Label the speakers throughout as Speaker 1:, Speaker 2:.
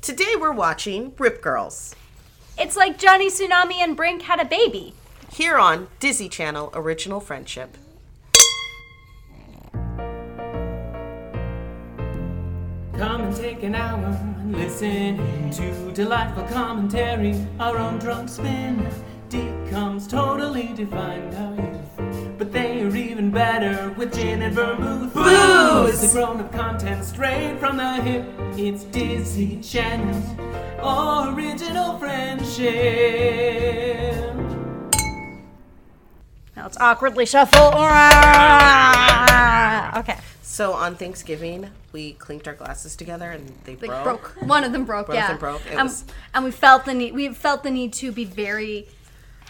Speaker 1: Today we're watching Rip Girls
Speaker 2: It's like Johnny Tsunami and Brink had a baby.
Speaker 1: here on Dizzy Channel Original Friendship.
Speaker 3: Come and take an hour and listen to delightful commentary. Our own drunk spin decomes totally defined our youth. But they are even better with gin and vermouth. Booze! The grown up content straight from the hip. It's Dizzy Channel's original friendship.
Speaker 2: Now it's awkwardly shuffle. Okay.
Speaker 1: So on Thanksgiving, we clinked our glasses together and they
Speaker 2: Like
Speaker 1: broke.
Speaker 2: broke. One of them broke.
Speaker 1: Both of
Speaker 2: yeah.
Speaker 1: them broke. It
Speaker 2: Um,
Speaker 1: was-
Speaker 2: And we felt the need. We felt the need to be very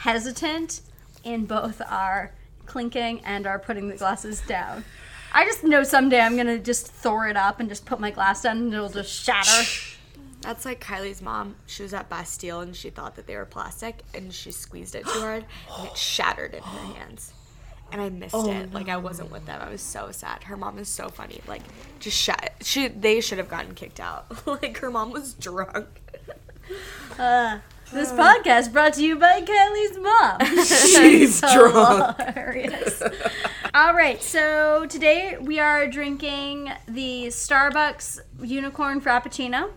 Speaker 2: hesitant in both our clinking and our putting the glasses down. I just know someday I'm gonna just Thor it up and just put my glass down and it'll just shatter.
Speaker 4: That's like Kylie's mom. She was at Bastille and she thought that they were plastic and she squeezed it too hard and it shattered in her hands. And I missed
Speaker 2: Oh,
Speaker 4: it. Like I wasn't with them. I was so sad. Her mom is so funny. Like just shut. She they should have gotten kicked out. like her mom was drunk.
Speaker 2: This podcast brought to you by Kylie's mom.
Speaker 1: She's drunk.
Speaker 2: Hilarious. All right, so today we are drinking the Starbucks Unicorn Frappuccino.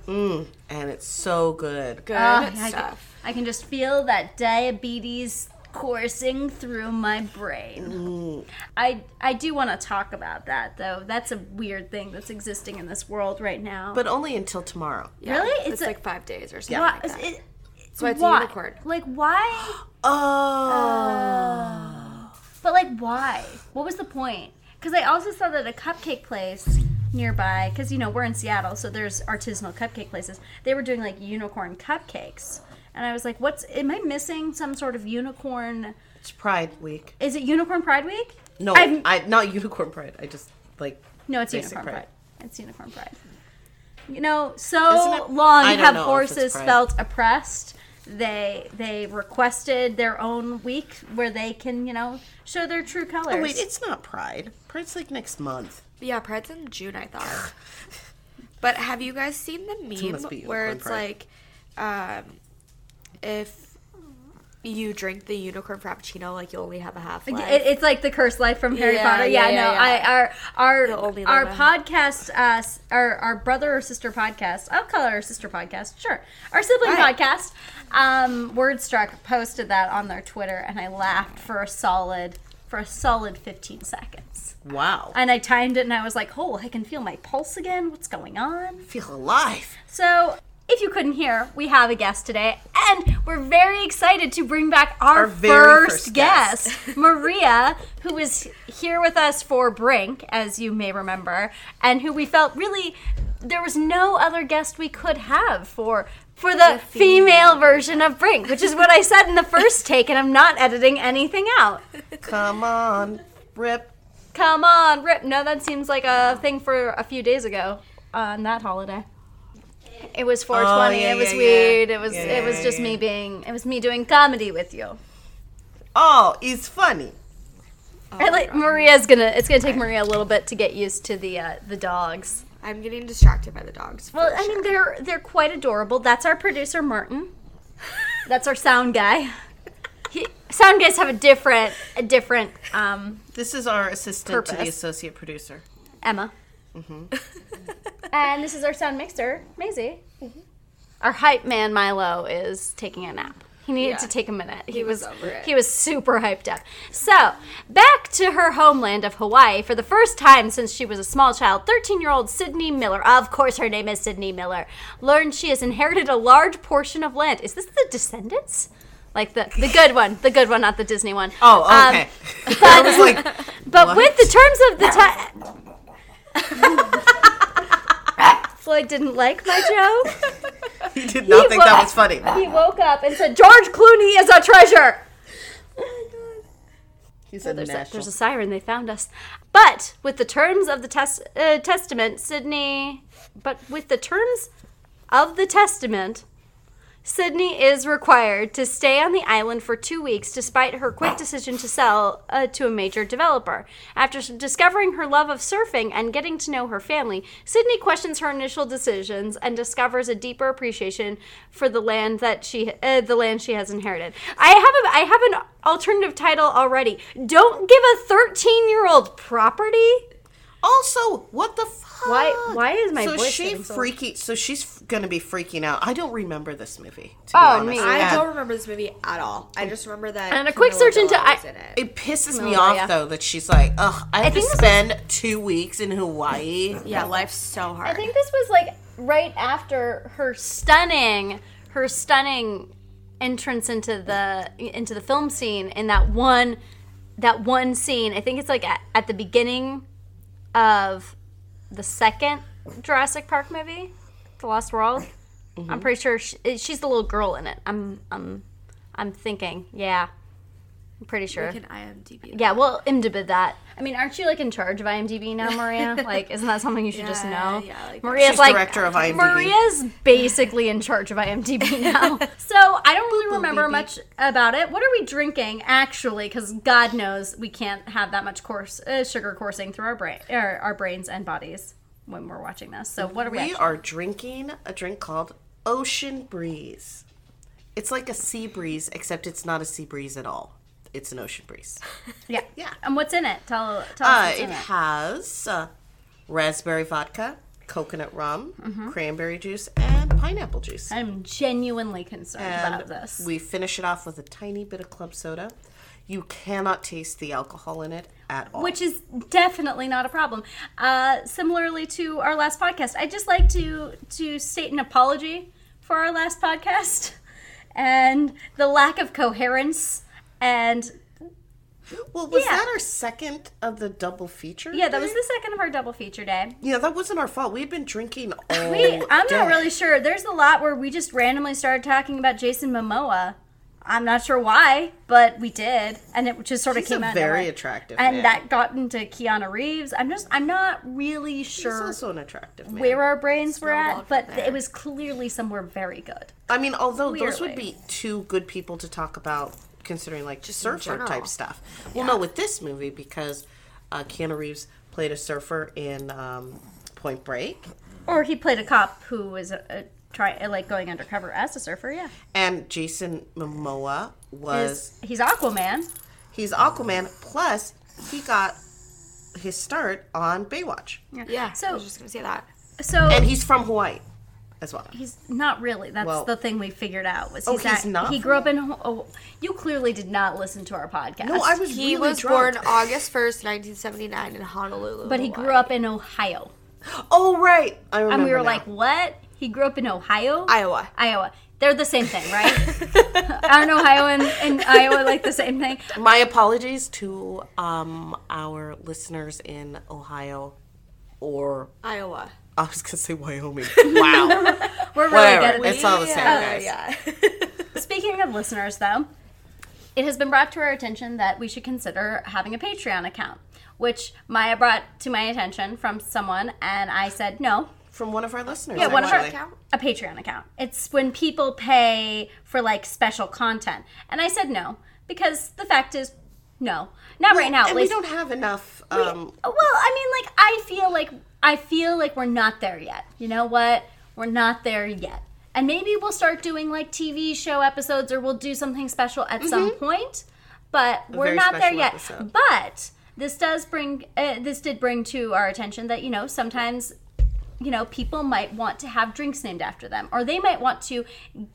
Speaker 1: And it's so good.
Speaker 4: Good
Speaker 2: Ah, I, can,
Speaker 4: stuff.
Speaker 2: I can just feel that diabetes coursing through my brain. I I do want to talk about that though. That's a weird thing that's existing in this world right now.
Speaker 1: But only until tomorrow.
Speaker 4: Yeah,
Speaker 2: really?
Speaker 4: It's,
Speaker 2: It's a-
Speaker 4: like five days or something.
Speaker 2: Why-
Speaker 4: Like that.
Speaker 2: it-
Speaker 4: so it's
Speaker 2: why?
Speaker 4: a unicorn.
Speaker 2: Like why?
Speaker 1: Oh.
Speaker 2: But like, why? What was the point? Because I also saw that a cupcake place nearby, because you know we're in Seattle, so there's artisanal cupcake places. They were doing like unicorn cupcakes, and I was like, "What's? Am I missing some sort of unicorn?
Speaker 1: It's Pride Week.
Speaker 2: Is it Unicorn Pride Week?
Speaker 1: No,
Speaker 2: I'm-
Speaker 1: I not Unicorn Pride. I just like
Speaker 2: No, it's
Speaker 1: Basic
Speaker 2: Unicorn Pride.
Speaker 1: Pride.
Speaker 2: It's Unicorn Pride. You know, so
Speaker 1: Isn't it-
Speaker 2: long
Speaker 1: I
Speaker 2: you
Speaker 1: don't
Speaker 2: have
Speaker 1: know if
Speaker 2: horses
Speaker 1: it's Pride.
Speaker 2: felt oppressed. They they requested their own week where they can you know show their true colors.
Speaker 1: Oh, wait, it's not Pride. Pride's like next month.
Speaker 4: But yeah, Pride's in June, I thought. but have you guys seen the meme
Speaker 1: must be
Speaker 4: where
Speaker 1: Unicorn
Speaker 4: it's
Speaker 1: Pride.
Speaker 4: like, um, if you drink the unicorn frappuccino, like you only have a half life?
Speaker 2: It, it's like the cursed life from Harry
Speaker 4: Yeah,
Speaker 2: Potter. Yeah,
Speaker 4: yeah, yeah,
Speaker 2: no,
Speaker 4: yeah.
Speaker 2: I our
Speaker 4: The
Speaker 2: our
Speaker 4: only
Speaker 2: our
Speaker 4: Lola.
Speaker 2: podcast, uh, s- our our brother or sister podcast. I'll call it our sister podcast. Sure, our sibling
Speaker 4: All right.
Speaker 2: podcast. Um, Wordstruck posted that on their Twitter, and I laughed for a solid for a solid fifteen seconds.
Speaker 1: Wow. I
Speaker 2: And I timed it, and I was like, "Oh, I can feel my pulse again. What's going on?"
Speaker 1: feel alive.
Speaker 2: So. If you couldn't hear, we have a guest today, and we're very excited to bring back our,
Speaker 1: Our very
Speaker 2: first,
Speaker 1: first
Speaker 2: guest,
Speaker 1: guest.
Speaker 2: Maria, who is here with us for Brink, as you may remember, and who we felt really there was no other guest we could have for for the, female. version of Brink, which is what I said in the first take, and I'm not editing anything out.
Speaker 1: Come on, Rip.
Speaker 2: Come on, rip. No, that seems like a thing for a few days ago on that holiday. It was 420.
Speaker 1: yeah,
Speaker 2: it was
Speaker 1: yeah, yeah.
Speaker 2: weird. It was
Speaker 1: Yeah,
Speaker 2: it
Speaker 1: yeah,
Speaker 2: was
Speaker 1: yeah,
Speaker 2: just me being it was me doing comedy with you.
Speaker 1: Oh, it's funny.
Speaker 4: Oh
Speaker 2: I like Maria's gonna it's gonna take Maria a little bit to get used to the uh, the dogs.
Speaker 4: I'm getting distracted by the dogs.
Speaker 2: Well,
Speaker 4: for
Speaker 2: I mean
Speaker 4: sure.
Speaker 2: they're they're quite adorable. That's our producer Martin. That's our sound guy. He, sound guys have a different a different um,
Speaker 1: This is our assistant to the
Speaker 2: Purpose.
Speaker 1: associate producer.
Speaker 2: Emma. and this is our sound mixer, Maisie. Mm-hmm. Our hype man Milo is taking a nap. He needed to take a minute. He, was,
Speaker 4: was over it.
Speaker 2: he was super hyped up. So back to her homeland of Hawaii for the first time since she was a small child. Thirteen-year-old Sydney Miller, of course her name is Sydney Miller, learned she has inherited a large portion of land. Is this the Descendants? Like the the good one, the good one, not the Disney one.
Speaker 1: Oh,
Speaker 2: Um,
Speaker 1: okay. I was like,
Speaker 2: but
Speaker 1: What?
Speaker 2: with the terms of the time. Floyd didn't like my joke.
Speaker 1: he did not think that was funny.
Speaker 2: He woke up and said, George Clooney is a treasure.
Speaker 1: He said
Speaker 2: There's a,
Speaker 1: national.
Speaker 2: there's a siren. They found us. But with the terms of the tes- uh, testament, Sydney. But with the terms of the testament, Sydney is required to stay on the island for two weeks despite her quick decision to sell uh, to a major developer. After s- discovering her love of surfing and getting to know her family, Sydney questions her initial decisions and discovers a deeper appreciation for the land that she uh, the land she has inherited. I have a I have an alternative title already. Don't give a 13-year-old property?
Speaker 1: Also, what the fuck?
Speaker 2: Why why is my
Speaker 1: so
Speaker 2: voice
Speaker 1: she
Speaker 2: getting so-
Speaker 1: freaky. So she's f- gonna be freaking out. I don't remember this movie. To
Speaker 2: Oh,
Speaker 1: be honest.
Speaker 2: me.
Speaker 4: I
Speaker 1: Yeah.
Speaker 4: don't remember this movie at all. I just remember that.
Speaker 2: And a quick
Speaker 4: Camilla
Speaker 2: search into-
Speaker 4: Bella was
Speaker 2: I-
Speaker 4: in it.
Speaker 1: It pisses me
Speaker 2: Oh,
Speaker 1: off
Speaker 2: yeah.
Speaker 1: though that she's like, ugh, I have to
Speaker 2: think this is-
Speaker 1: spend two weeks in Hawaii.
Speaker 4: Yeah, life's so hard.
Speaker 2: I think this was like right after her stunning, her stunning entrance into the into the film scene in that one that one scene. I think it's like at, at the beginning of the second Jurassic Park movie, The Lost World. I'm pretty sure she, she's the little girl in it. I'm I'm I'm thinking, yeah. I'm pretty sure.
Speaker 4: Can IMDb.
Speaker 2: Yeah, well, IMDb that. I mean, aren't you like in charge of IMDb now, Maria? Like, isn't that something you should just
Speaker 4: Yeah,
Speaker 2: know?
Speaker 4: yeah, like-
Speaker 2: Maria's
Speaker 1: She's
Speaker 2: like
Speaker 1: director of IMDb.
Speaker 2: Maria's basically in charge of IMDb now. so I don't really remember much about it. What are we drinking actually? Because God knows we can't have that much course uh, sugar coursing through our brain, er, our brains and bodies when we're watching this. So what are we?
Speaker 1: We
Speaker 2: actually-
Speaker 1: are drinking a drink called Ocean Breeze. It's like a sea breeze, except it's not a sea breeze at all. It's an ocean breeze.
Speaker 2: yeah,
Speaker 1: yeah.
Speaker 2: And what's in it? Tell, tell us
Speaker 1: Uh,
Speaker 2: what's
Speaker 1: it
Speaker 2: in it.
Speaker 1: has uh, raspberry vodka, coconut rum,
Speaker 2: Mm-hmm.
Speaker 1: cranberry juice, and pineapple juice.
Speaker 2: I'm genuinely concerned
Speaker 1: Um,
Speaker 2: about this.
Speaker 1: We finish it off with a tiny bit of club soda. You cannot taste the alcohol in it at all.
Speaker 2: which is definitely not a problem. Uh, similarly to our last podcast, I just like to to state an apology for our last podcast and the lack of coherence. And
Speaker 1: well, was
Speaker 2: yeah.
Speaker 1: that our second of the double feature?
Speaker 2: yeah, that was
Speaker 1: day?
Speaker 2: the second of our double feature day.
Speaker 1: Yeah, that wasn't our fault. We had been drinking all
Speaker 2: We, I'm
Speaker 1: day.
Speaker 2: not really sure. There's a lot where we just randomly started talking about Jason Momoa. I'm not sure why, but we did, and it just sort of
Speaker 1: He's
Speaker 2: came
Speaker 1: a
Speaker 2: out. of
Speaker 1: very
Speaker 2: nowhere.
Speaker 1: attractive
Speaker 2: and
Speaker 1: man.
Speaker 2: that got into Keanu Reeves. I'm just, I'm not really
Speaker 1: He's
Speaker 2: sure.
Speaker 1: also an attractive man.
Speaker 2: where our brains were at,
Speaker 4: Snowballed
Speaker 2: but
Speaker 4: from
Speaker 2: th-
Speaker 4: there.
Speaker 2: it was clearly somewhere very good.
Speaker 1: I mean, although those would
Speaker 2: Clearly.
Speaker 1: be two good people to talk about, considering like
Speaker 4: in
Speaker 1: surfer
Speaker 4: general.
Speaker 1: type stuff. Well, no, with this movie because uh, Keanu Reeves played a surfer in um, Point Break,
Speaker 2: Or he played a cop who was a, a try uh, like going undercover as a surfer. Yeah,
Speaker 1: and Jason Momoa was
Speaker 2: he's, he's Aquaman.
Speaker 1: he's Aquaman. Plus, he got his start on Baywatch,
Speaker 4: Yeah. So I
Speaker 2: So
Speaker 4: was just gonna say that.
Speaker 2: so
Speaker 1: and he's from Hawaii as well.
Speaker 2: he's not really. That's
Speaker 1: Well-
Speaker 2: the thing we figured out was he's,
Speaker 1: Oh, he's not
Speaker 2: He
Speaker 1: from-
Speaker 2: grew up in. Ho- Oh, you clearly did not listen to our podcast.
Speaker 1: No, I was
Speaker 4: He
Speaker 1: really
Speaker 4: was
Speaker 1: drunk.
Speaker 4: born August 1st, 1979, in Honolulu.
Speaker 2: But he grew
Speaker 4: Hawaii.
Speaker 2: up in Ohio,
Speaker 1: Oh right, I remember.
Speaker 2: and we were
Speaker 1: now.
Speaker 2: like, "What? He grew up in Ohio,
Speaker 4: Iowa.
Speaker 2: Iowa." They're the same thing, right? Aren't Ohio and, and Iowa like the same thing?
Speaker 1: My apologies to um, our listeners in Ohio or
Speaker 4: Iowa.
Speaker 1: I was gonna say Wyoming. Wow,
Speaker 2: We're really good at
Speaker 1: whatever.
Speaker 2: this.
Speaker 1: It's
Speaker 4: Oh,
Speaker 1: all the same, guys.
Speaker 4: Yeah.
Speaker 2: Speaking of listeners, though, it has been brought to our attention that we should consider having a Patreon account, which Maya brought to my attention from someone, and I said no.
Speaker 1: From one of our listeners.
Speaker 2: Yeah, one of our
Speaker 1: actually.
Speaker 4: account?
Speaker 2: a Patreon account. It's when people pay for like special content, and I said no because the fact is, no, not right now. at
Speaker 1: And we
Speaker 2: least.
Speaker 1: don't have enough. Um,
Speaker 2: Well, I mean, like I feel like I feel like we're not there yet. You know what? We're not there yet. And maybe we'll start doing like TV show episodes, or we'll do something special at some point. But
Speaker 1: Mm-hmm. very
Speaker 2: we're not there
Speaker 1: special
Speaker 2: yet.
Speaker 1: episode.
Speaker 2: But this does bring uh, this did bring to our attention that you know sometimes you know, people might want to have drinks named after them, or they might want to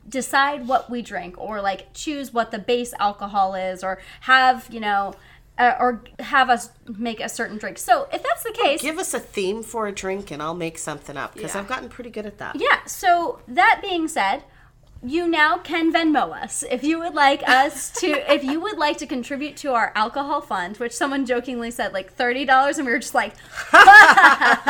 Speaker 2: decide what we drink, or like choose what the base alcohol is, or have, you know, uh, or have us make a certain drink. So if that's the case,
Speaker 1: give us a theme for a drink, and I'll make something up because
Speaker 4: Yeah.
Speaker 1: I've gotten pretty good at that.
Speaker 2: yeah. So that being said, you now can Venmo us if you would like us to, if you would like to contribute to our alcohol fund, which someone jokingly said like thirty dollars, and we were just like,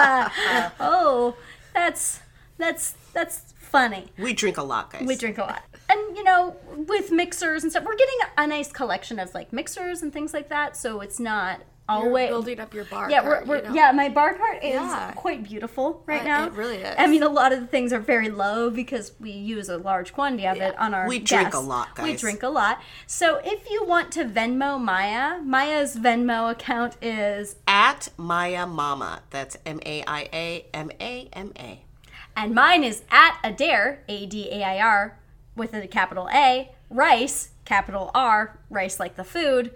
Speaker 2: oh, that's that's that's funny.
Speaker 1: We drink a lot, guys.
Speaker 2: We drink a lot. And you know, with mixers and stuff, we're getting a nice collection of like mixers and things like that, so it's not always
Speaker 4: building up your bar
Speaker 2: Yeah,
Speaker 4: card,
Speaker 2: we're, we're,
Speaker 4: you know?
Speaker 2: yeah. My bar card is
Speaker 4: Yeah.
Speaker 2: quite beautiful right
Speaker 4: Uh,
Speaker 2: now.
Speaker 4: it really is.
Speaker 2: I mean, a lot of the things are very low because we use a large quantity of it on our.
Speaker 1: We drink
Speaker 2: guests.
Speaker 1: a lot,
Speaker 2: We
Speaker 1: guys.
Speaker 2: drink a lot. So if you want to Venmo Maya, Maya's Venmo account is
Speaker 1: At Maya Mama. That's M A I A M A M A.
Speaker 2: and mine is at Adair A D A I R with a capital A Rice capital R Rice like the food,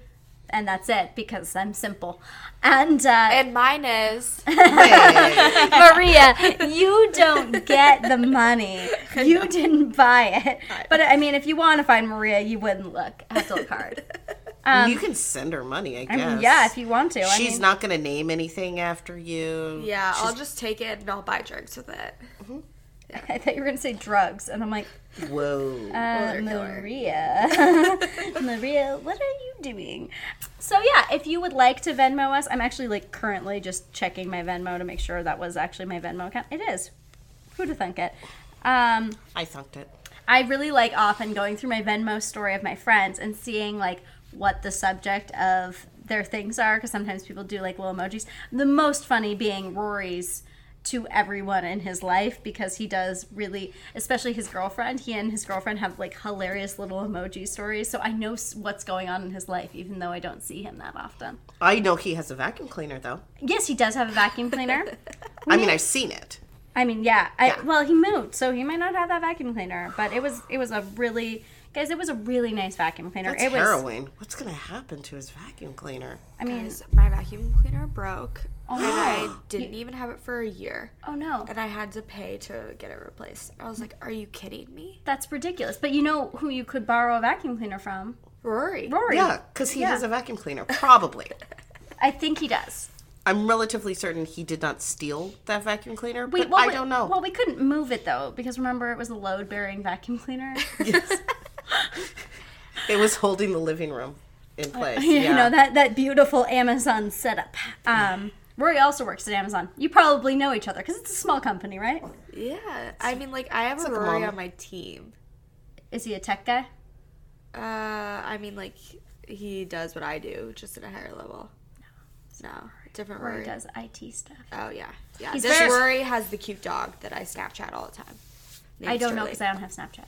Speaker 2: and that's it because I'm simple. And uh,
Speaker 4: And mine is
Speaker 2: Maria, you don't get the money. You didn't buy it. But I mean, if you want to find Maria, you wouldn't look at the card.
Speaker 1: you can send her money, I guess.
Speaker 2: Um, I mean, yeah, if you want to. I
Speaker 1: She's
Speaker 2: mean,
Speaker 1: not going to name anything after you.
Speaker 4: yeah. I'll just take it and I'll buy drinks with it.
Speaker 2: I thought you were gonna say drugs, and I'm like,
Speaker 1: Whoa.
Speaker 2: uh,
Speaker 4: they're killer.
Speaker 2: Maria, Maria, what are you doing? So yeah, if you would like to Venmo us, I'm actually like currently just checking my Venmo to make sure that was actually my Venmo account. It is. Who'd have thunk it? Um,
Speaker 1: I thunked it.
Speaker 2: I really like often going through my Venmo story of my friends and seeing like what the subject of their things are because sometimes people do like little emojis. The most funny being Rory's to everyone in his life because he does really, especially his girlfriend. He and his girlfriend have like hilarious little emoji stories, so I know s- what's going on in his life even though I don't see him that often.
Speaker 1: I know he has a vacuum cleaner, though.
Speaker 2: Yes, he does have a vacuum cleaner.
Speaker 1: I mean, I've seen it.
Speaker 2: I mean, yeah. I,
Speaker 1: Yeah.
Speaker 2: Well, he moved, so he might not have that vacuum cleaner. But it was it was a really guys. It was a really nice vacuum cleaner.
Speaker 1: That's
Speaker 2: it was.
Speaker 1: heroin. What's going to happen to his vacuum cleaner?
Speaker 2: I mean,
Speaker 4: Because my vacuum cleaner broke, and
Speaker 2: no.
Speaker 4: I didn't even have it for a year,
Speaker 2: oh no,
Speaker 4: and I had to pay to get it replaced. I was like, "Are you kidding me,
Speaker 2: that's ridiculous. But you know who you could borrow a vacuum cleaner from?
Speaker 4: Rory?"
Speaker 2: Rory.
Speaker 1: Yeah, because he
Speaker 2: Yeah.
Speaker 1: has a vacuum cleaner. Probably.
Speaker 2: I think he does.
Speaker 1: I'm relatively certain he did not steal that vacuum cleaner, but
Speaker 2: well,
Speaker 1: I don't know.
Speaker 2: Well, we couldn't move it though because remember it was a load bearing vacuum cleaner.
Speaker 1: it was holding the living room in place.
Speaker 2: Uh, you
Speaker 1: yeah.
Speaker 2: know that that beautiful Amazon setup. Um, Rory also works at Amazon. You probably know each other because it's a small company, right?
Speaker 4: Yeah, I mean, like I have a
Speaker 1: like a
Speaker 4: Rory
Speaker 1: mom.
Speaker 4: on my team.
Speaker 2: Is he a tech guy?
Speaker 4: Uh, I mean, like he does what I do, just at a higher level. No, different
Speaker 2: Rory
Speaker 4: Rory.
Speaker 2: does IT stuff.
Speaker 4: Oh yeah, yeah.
Speaker 2: He's
Speaker 4: this
Speaker 2: very-
Speaker 4: Rory has the cute dog that I Snapchat all the time.
Speaker 2: I
Speaker 4: Named
Speaker 2: don't know
Speaker 4: Sterling.
Speaker 2: because I don't have Snapchat.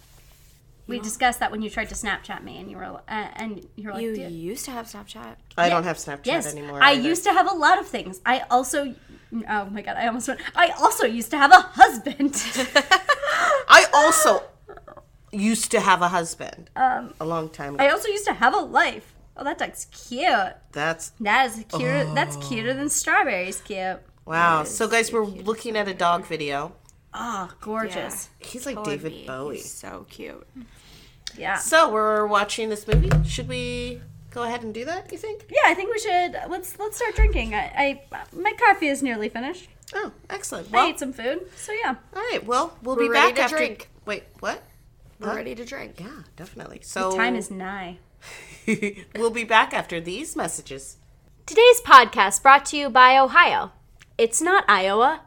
Speaker 2: We discussed that when you tried to Snapchat me, and you were uh, and you were like,
Speaker 4: you
Speaker 2: "Dude,
Speaker 4: used to have Snapchat.
Speaker 1: I don't have Snapchat
Speaker 2: yes,
Speaker 1: anymore.
Speaker 2: I
Speaker 1: either.
Speaker 2: used to have a lot of things. I also, oh my god, I almost went. I also used to have a husband.
Speaker 1: I also used to have a husband a long time ago.
Speaker 2: Um, I also used to have a life. Oh, that duck's cute.
Speaker 1: That's
Speaker 2: That is cuter. That's cuter than strawberries. Cute.
Speaker 1: wow. So guys, we're looking at a dog video.
Speaker 2: Oh, gorgeous.
Speaker 1: He's like
Speaker 4: Lord
Speaker 1: David
Speaker 4: me,
Speaker 1: Bowie.
Speaker 4: He's so cute.
Speaker 2: Yeah. yeah.
Speaker 1: So we're watching this movie. Should we go ahead and do that? You think?
Speaker 2: I think we should let's let's start drinking. I, I my coffee is nearly finished.
Speaker 1: Oh, excellent.
Speaker 2: I
Speaker 1: Well,
Speaker 2: ate some food, so yeah.
Speaker 1: all right. Well, we'll be
Speaker 4: We're
Speaker 1: back
Speaker 4: ready to
Speaker 1: after.
Speaker 4: drink.
Speaker 1: Wait, what?
Speaker 4: We're
Speaker 1: Huh?
Speaker 4: ready to drink.
Speaker 1: Yeah, definitely. So
Speaker 2: Time is nigh.
Speaker 1: we'll be back after these messages.
Speaker 2: Today's podcast brought to you by Ohio. It's not Iowa.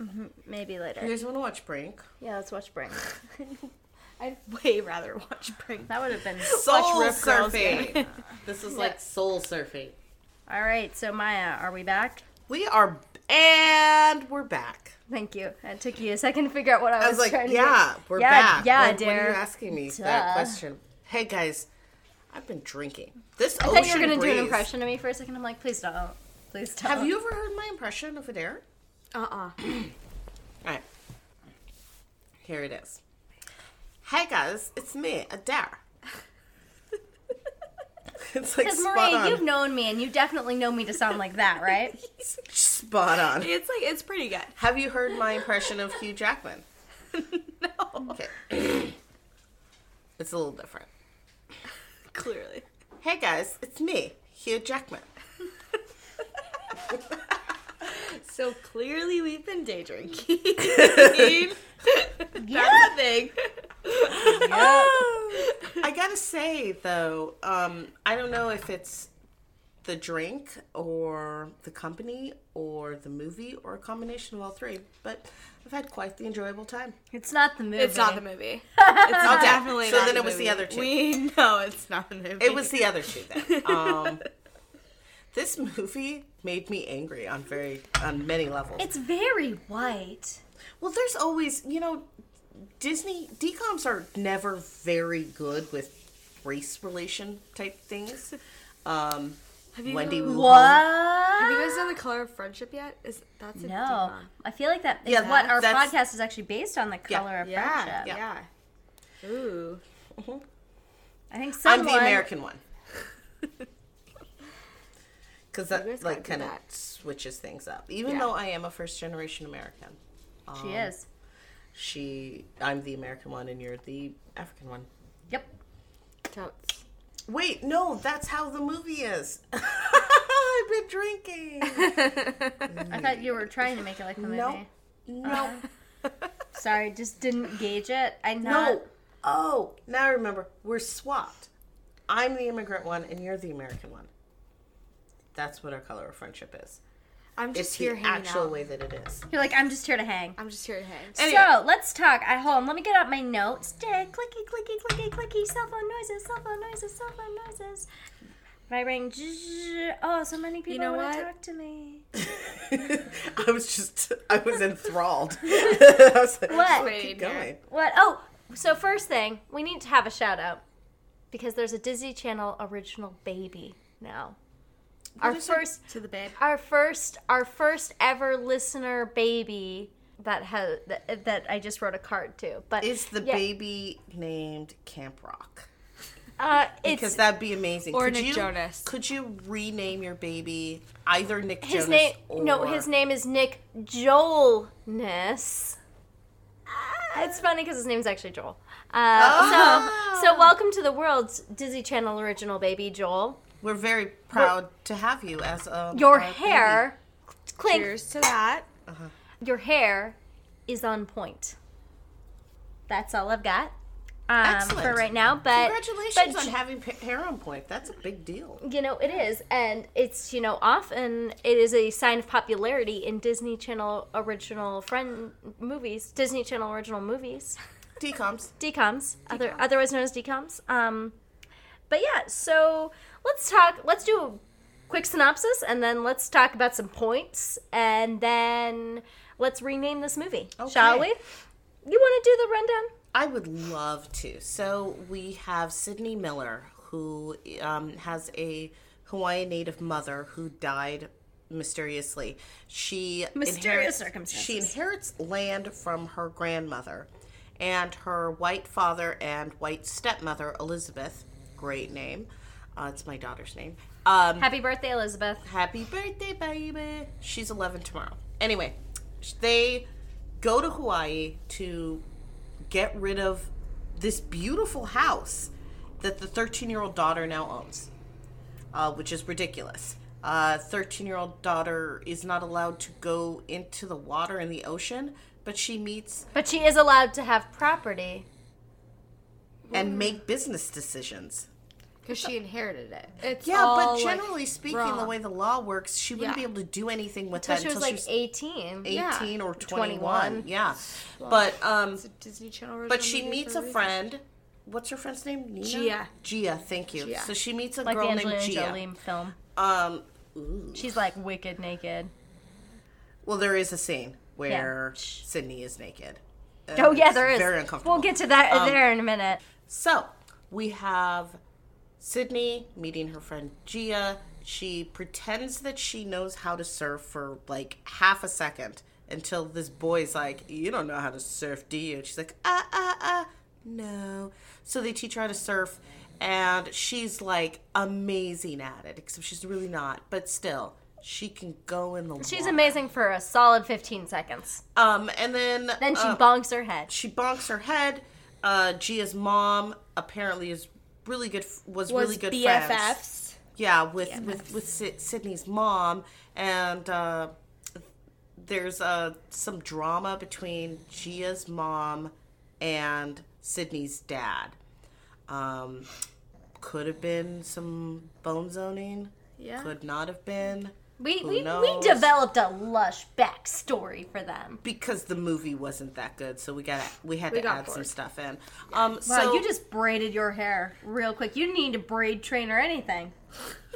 Speaker 2: Mm-hmm. Maybe later.
Speaker 1: You guys want to watch Brink?
Speaker 2: Yeah, let's watch Brink.
Speaker 4: I'd way rather watch Brink.
Speaker 2: That would have been.
Speaker 1: Soul
Speaker 4: Rip Girls
Speaker 1: surfing. this is like soul surfing.
Speaker 2: All right, so Maya, are we back?
Speaker 1: We are, and we're back.
Speaker 2: Thank you. It took you a second to figure out what I was,
Speaker 1: I was like,
Speaker 2: trying
Speaker 1: yeah,
Speaker 2: to do.
Speaker 1: we're
Speaker 2: yeah,
Speaker 1: back.
Speaker 2: Yeah,
Speaker 1: When- when,
Speaker 2: dear.
Speaker 1: you're asking me
Speaker 2: Duh.
Speaker 1: that question. Hey guys, I've been drinking. This
Speaker 2: I
Speaker 1: ocean
Speaker 2: thought you were gonna do an
Speaker 1: breeze-
Speaker 2: impression Oh. of me for a second. I'm like, please don't. Please don't.
Speaker 1: Have you ever heard my impression of Adair?
Speaker 4: Uh-uh.
Speaker 1: All right, here it is. Hey guys, it's me, Adair. it's like
Speaker 2: Because
Speaker 1: spot
Speaker 2: Maria,
Speaker 1: on.
Speaker 2: you've known me, and you definitely know me to sound like that, right?
Speaker 1: Spot on.
Speaker 4: It's like it's pretty good.
Speaker 1: Have you heard my impression of Hugh Jackman?
Speaker 4: no,
Speaker 1: Okay, it's a little different.
Speaker 4: clearly.
Speaker 1: Hey guys, it's me, Hugh Jackman.
Speaker 4: So clearly we've been day drinking. That's the thing.
Speaker 1: I gotta say though, um, I don't know if it's the drink or the company or the movie or a combination of all three, but I've had quite the enjoyable time.
Speaker 2: It's not the movie.
Speaker 4: It's not the movie. It's definitely
Speaker 1: so
Speaker 4: not
Speaker 1: then it was the
Speaker 4: movie.
Speaker 1: other two.
Speaker 4: We know it's not the movie.
Speaker 1: It was the other two then. Um, This movie made me angry on very on many levels.
Speaker 2: It's very white.
Speaker 1: Well, there's always, you know, Disney DComs are never very good with race relation type things. Um,
Speaker 4: Have you
Speaker 1: Wendy Wu. Hong.
Speaker 2: What?
Speaker 4: Have you guys done the color of friendship yet? Is that's a
Speaker 2: No, I feel like that is
Speaker 1: Yeah,
Speaker 2: what our
Speaker 1: that's-
Speaker 2: podcast is actually based on the
Speaker 1: Yeah.
Speaker 2: color of
Speaker 4: Yeah,
Speaker 2: friendship.
Speaker 4: yeah. Ooh.
Speaker 2: I think
Speaker 1: I'm
Speaker 2: someone.
Speaker 1: the American one. Because
Speaker 4: You guys
Speaker 1: that
Speaker 4: gotta
Speaker 1: like
Speaker 4: do
Speaker 1: kind of
Speaker 4: that.
Speaker 1: switches things up. Even
Speaker 4: Yeah.
Speaker 1: though I am a first generation American, um,
Speaker 2: She is.
Speaker 1: she I'm the American one and you're the African one.
Speaker 2: Yep.
Speaker 4: Totes.
Speaker 1: Wait, no, that's how the movie is. I've been drinking.
Speaker 2: I thought you were trying to make it like the movie.
Speaker 1: No, no,
Speaker 2: Sorry, just didn't gauge it. I know.
Speaker 1: no. Oh, now I remember. We're swapped. I'm the immigrant one, and you're the American one. That's what our color of friendship is.
Speaker 4: I'm just
Speaker 1: It's
Speaker 4: here
Speaker 1: the
Speaker 4: hanging
Speaker 1: actual
Speaker 4: out.
Speaker 1: way that it is.
Speaker 2: You're like, I'm just here to hang.
Speaker 4: I'm just here to hang.
Speaker 2: So let's talk. I hold on. Let me get out my notes. Da- Clicky, clicky, clicky, clicky. Cell phone noises. Cell phone noises. Cell phone noises. My ring. Zzzz. Oh, so many people
Speaker 4: know
Speaker 2: want to
Speaker 4: what?
Speaker 2: talk to me.
Speaker 1: I was just, I was enthralled. I was like,
Speaker 2: What?
Speaker 1: Keep going.
Speaker 2: What? Oh, so first thing, we need to have a shout out because there's a Disney Channel original baby now. our
Speaker 1: is it?
Speaker 2: first,
Speaker 4: To the babe.
Speaker 2: our first, our first ever listener baby that has that, that I just wrote a card to. But
Speaker 1: Is the
Speaker 2: yeah,
Speaker 1: baby named Camp Rock?
Speaker 2: Uh,
Speaker 1: Because
Speaker 2: it's
Speaker 1: that'd be amazing.
Speaker 4: Or
Speaker 1: could
Speaker 4: Nick
Speaker 1: you,
Speaker 4: Jonas.
Speaker 1: Could you rename your baby either Nick
Speaker 2: his
Speaker 1: Jonas
Speaker 2: name.
Speaker 1: or
Speaker 2: No, his name is Nick Joelness. Ah, It's funny because his name's actually Joel. Uh, So,
Speaker 1: Ah.
Speaker 2: so welcome to the world's Disney Channel original baby, Joel.
Speaker 1: We're very proud to have you as a
Speaker 2: Your
Speaker 1: a
Speaker 2: hair, clink.
Speaker 4: Cheers to that.
Speaker 2: Your hair is on point. That's all I've got um, for
Speaker 1: Excellent.
Speaker 2: right now. But
Speaker 1: baby. Congratulations
Speaker 2: but,
Speaker 1: on having pa- hair on point. That's a big deal.
Speaker 2: You know it is, and it's you know often it is a sign of popularity in Disney Channel original friend movies, Disney Channel original movies,
Speaker 1: Decoms.
Speaker 2: DComs, other otherwise known as DComs. Um, but yeah, so let's talk. Let's do a quick synopsis, and then let's talk about some points, and then let's rename this movie, shall we?
Speaker 1: Okay.
Speaker 2: You want to do the rundown?
Speaker 1: I would love to. So we have Sydney Miller, who um, has a Hawaiian native mother who died mysteriously. She
Speaker 2: Mysterious
Speaker 1: inherits-
Speaker 2: circumstances.
Speaker 1: She inherits land from her grandmother, and her white father and white stepmother Elizabeth. Great name. Uh, it's my daughter's name. Um,
Speaker 2: Happy birthday, Elizabeth.
Speaker 1: Happy birthday, baby. She's 11 tomorrow. Anyway, sh- they go to Hawaii to get rid of this beautiful house that the 13 year old daughter now owns, uh, which is ridiculous. 13 year old daughter is not allowed to go into the water in the ocean, but she meets
Speaker 2: But she is allowed to have property.
Speaker 1: and make business decisions.
Speaker 4: Because she inherited it. It's
Speaker 1: Yeah,
Speaker 4: all,
Speaker 1: but
Speaker 4: like,
Speaker 1: generally speaking, the
Speaker 4: wrong.
Speaker 1: way the law works, she wouldn't
Speaker 4: Yeah.
Speaker 1: be able to do anything with
Speaker 2: So
Speaker 1: that
Speaker 2: she was
Speaker 1: until
Speaker 2: like
Speaker 1: she's
Speaker 2: 18.
Speaker 1: 18 or 21.
Speaker 2: 21.
Speaker 1: Yeah. But um
Speaker 4: Disney Channel.
Speaker 1: but
Speaker 4: original
Speaker 1: she
Speaker 4: movie
Speaker 1: meets
Speaker 4: for
Speaker 1: a
Speaker 4: reason.
Speaker 1: friend. What's her friend's name? Nina?
Speaker 4: Gia.
Speaker 1: Gia, thank you.
Speaker 4: Gia.
Speaker 1: So she meets a
Speaker 2: Like the
Speaker 1: girl
Speaker 2: Angelina
Speaker 1: named Gia.
Speaker 2: Jolie film.
Speaker 1: Um ooh.
Speaker 2: She's like wicked naked.
Speaker 1: well there is a scene where
Speaker 2: Yeah. Shh.
Speaker 1: Sydney is naked. And
Speaker 2: Oh yeah,
Speaker 1: it's
Speaker 2: there is.
Speaker 1: Very uncomfortable. Um,
Speaker 2: We'll get to that there in a minute.
Speaker 1: So we have Sydney meeting her friend Gia. She pretends that she knows how to surf for like half a second until this boy's like, You don't know how to surf, do you? And she's like, Uh, uh, uh, no. So they teach her how to surf, and she's like amazing at it, except she's really not, but still. She can go in the
Speaker 2: She's
Speaker 1: water.
Speaker 2: amazing for a solid 15 seconds.
Speaker 1: Um, and then
Speaker 2: Then she
Speaker 1: uh,
Speaker 2: bonks her head.
Speaker 1: she bonks her head. Uh, Gia's mom apparently is really good. Was,
Speaker 4: was
Speaker 1: really good friends.
Speaker 4: BFFs.
Speaker 1: Yeah, with with with Sid- Sydney's mom, and uh, there's uh, some drama between Gia's mom and Sydney's dad. Um, could have been some bone zoning.
Speaker 4: Yeah.
Speaker 1: Could not have been
Speaker 2: We, we, we
Speaker 1: knows?
Speaker 2: developed a lush backstory for them.
Speaker 1: because the movie wasn't that good, so we got we had to
Speaker 4: got
Speaker 1: add some
Speaker 4: bored.
Speaker 1: stuff in. Um,
Speaker 2: Wow,
Speaker 1: so
Speaker 2: you just braided your hair real quick. You didn't need to braid train or anything.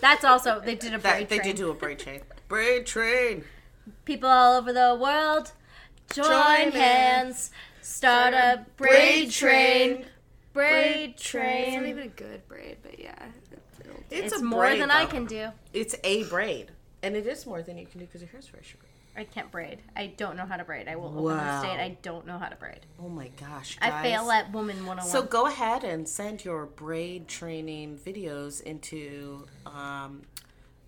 Speaker 2: That's also they did a braid
Speaker 1: That, they
Speaker 2: train.
Speaker 1: did do a braid train. Braid train.
Speaker 2: People all over the world join,
Speaker 1: Join
Speaker 2: hands, start a braid train, braid
Speaker 4: It's not
Speaker 2: train.
Speaker 4: even a good braid, but yeah. it'll-
Speaker 1: It's,
Speaker 2: It's,
Speaker 1: a
Speaker 2: more
Speaker 1: braid,
Speaker 2: than I
Speaker 1: though.
Speaker 2: can do.
Speaker 1: It's a braid, and it is more than you can do because your hair's very short.
Speaker 2: I can't braid. I don't know how to braid. I will openly
Speaker 1: Wow.
Speaker 2: state I don't know how to braid.
Speaker 1: Oh my gosh,
Speaker 2: I
Speaker 1: guys.
Speaker 2: fail at woman 101.
Speaker 1: So go ahead and send your braid training videos into um,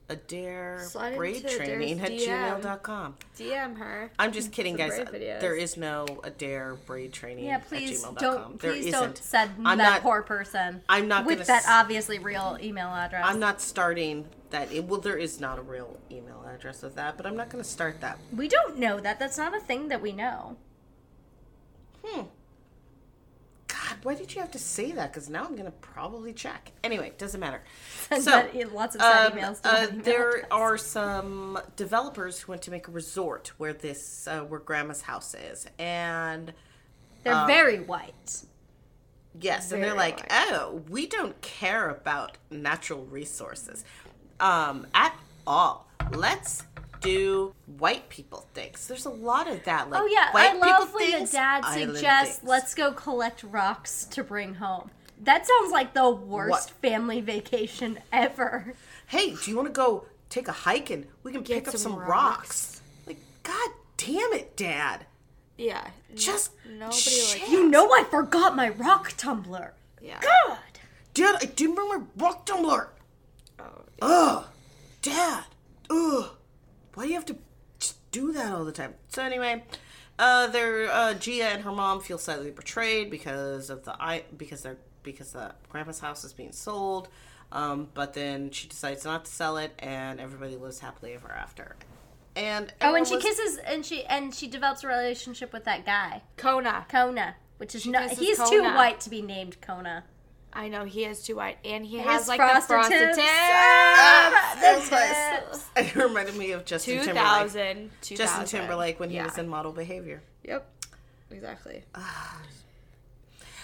Speaker 1: a dare
Speaker 4: Slide into
Speaker 1: braid
Speaker 4: Dare's
Speaker 1: training at
Speaker 4: DM.
Speaker 1: gmail.com.
Speaker 4: DM her.
Speaker 1: I'm just kidding, guys. Uh,
Speaker 4: braid videos.
Speaker 1: There is no a dare braid training.
Speaker 2: yeah,
Speaker 1: at
Speaker 2: please
Speaker 1: gmail.com.
Speaker 2: don't.
Speaker 1: There
Speaker 2: Please
Speaker 1: isn't.
Speaker 2: don't send
Speaker 1: I'm
Speaker 2: that
Speaker 1: not-
Speaker 2: poor person.
Speaker 1: I'm not
Speaker 2: with
Speaker 1: gonna
Speaker 2: that
Speaker 1: s-
Speaker 2: obviously real email address.
Speaker 1: I'm not starting that. It, well, there is not a real email address of that, but I'm not going to start that.
Speaker 2: we don't know that. That's not a thing that we know.
Speaker 1: God, why did you have to say that? Because now I'm going to probably check. Anyway, doesn't matter.
Speaker 2: Send
Speaker 1: so,
Speaker 2: that- e, lots of sad
Speaker 1: um,
Speaker 2: emails to
Speaker 1: uh,
Speaker 2: that email
Speaker 1: there
Speaker 2: address.
Speaker 1: are some developers who want to make a resort where this, uh, where Grandma's house is, and
Speaker 2: They're
Speaker 1: um,
Speaker 2: very white.
Speaker 1: yes, and they're
Speaker 4: Very
Speaker 1: like, oh, we don't care about natural resources, um, at all. Let's do white people things. There's a lot of that. Like,
Speaker 2: Oh yeah,
Speaker 1: white
Speaker 2: I love
Speaker 1: people
Speaker 2: when
Speaker 1: things,
Speaker 2: the dad
Speaker 1: island
Speaker 2: suggests
Speaker 1: things.
Speaker 2: let's go collect rocks to bring home. That sounds like the worst
Speaker 1: What?
Speaker 2: family vacation ever.
Speaker 1: hey, do you want to go take a hike and we can pick up
Speaker 4: some
Speaker 1: some rocks?
Speaker 4: rocks.
Speaker 1: Like, god damn it, Dad.
Speaker 4: Yeah.
Speaker 1: Just
Speaker 4: Nobody
Speaker 1: shit.
Speaker 4: likes-
Speaker 2: You know I forgot my rock tumbler.
Speaker 4: Yeah.
Speaker 2: God.
Speaker 1: Dad, I didn't bring my rock tumbler.
Speaker 4: Oh,
Speaker 1: Ugh, Dad. Ugh, why do you have to just do that all the time? So anyway, uh, their uh, Gia and her mom feel slightly betrayed because of the I because they're because the grandpa's house is being sold. Um, but then she decides not to sell it, and everybody lives happily ever after. And
Speaker 2: Oh,
Speaker 1: everyone
Speaker 2: and she
Speaker 1: was-
Speaker 2: kisses and she and she develops a relationship with that guy,
Speaker 4: Kona.
Speaker 2: Kona, which is not
Speaker 4: kisses
Speaker 2: he's too
Speaker 4: Kona.
Speaker 2: white to be named Kona.
Speaker 4: I know he is too white, and he has
Speaker 2: is
Speaker 4: like the
Speaker 2: frosted
Speaker 4: frosted
Speaker 2: tips.
Speaker 4: tips.
Speaker 1: Ah, that's why I
Speaker 2: tips.
Speaker 1: said- it reminded me of Justin
Speaker 4: 2000,
Speaker 1: Timberlake.
Speaker 4: 2000.
Speaker 1: Justin Timberlake when he
Speaker 4: Yeah.
Speaker 1: was in Ah, Model Behavior.
Speaker 4: Yep. Exactly.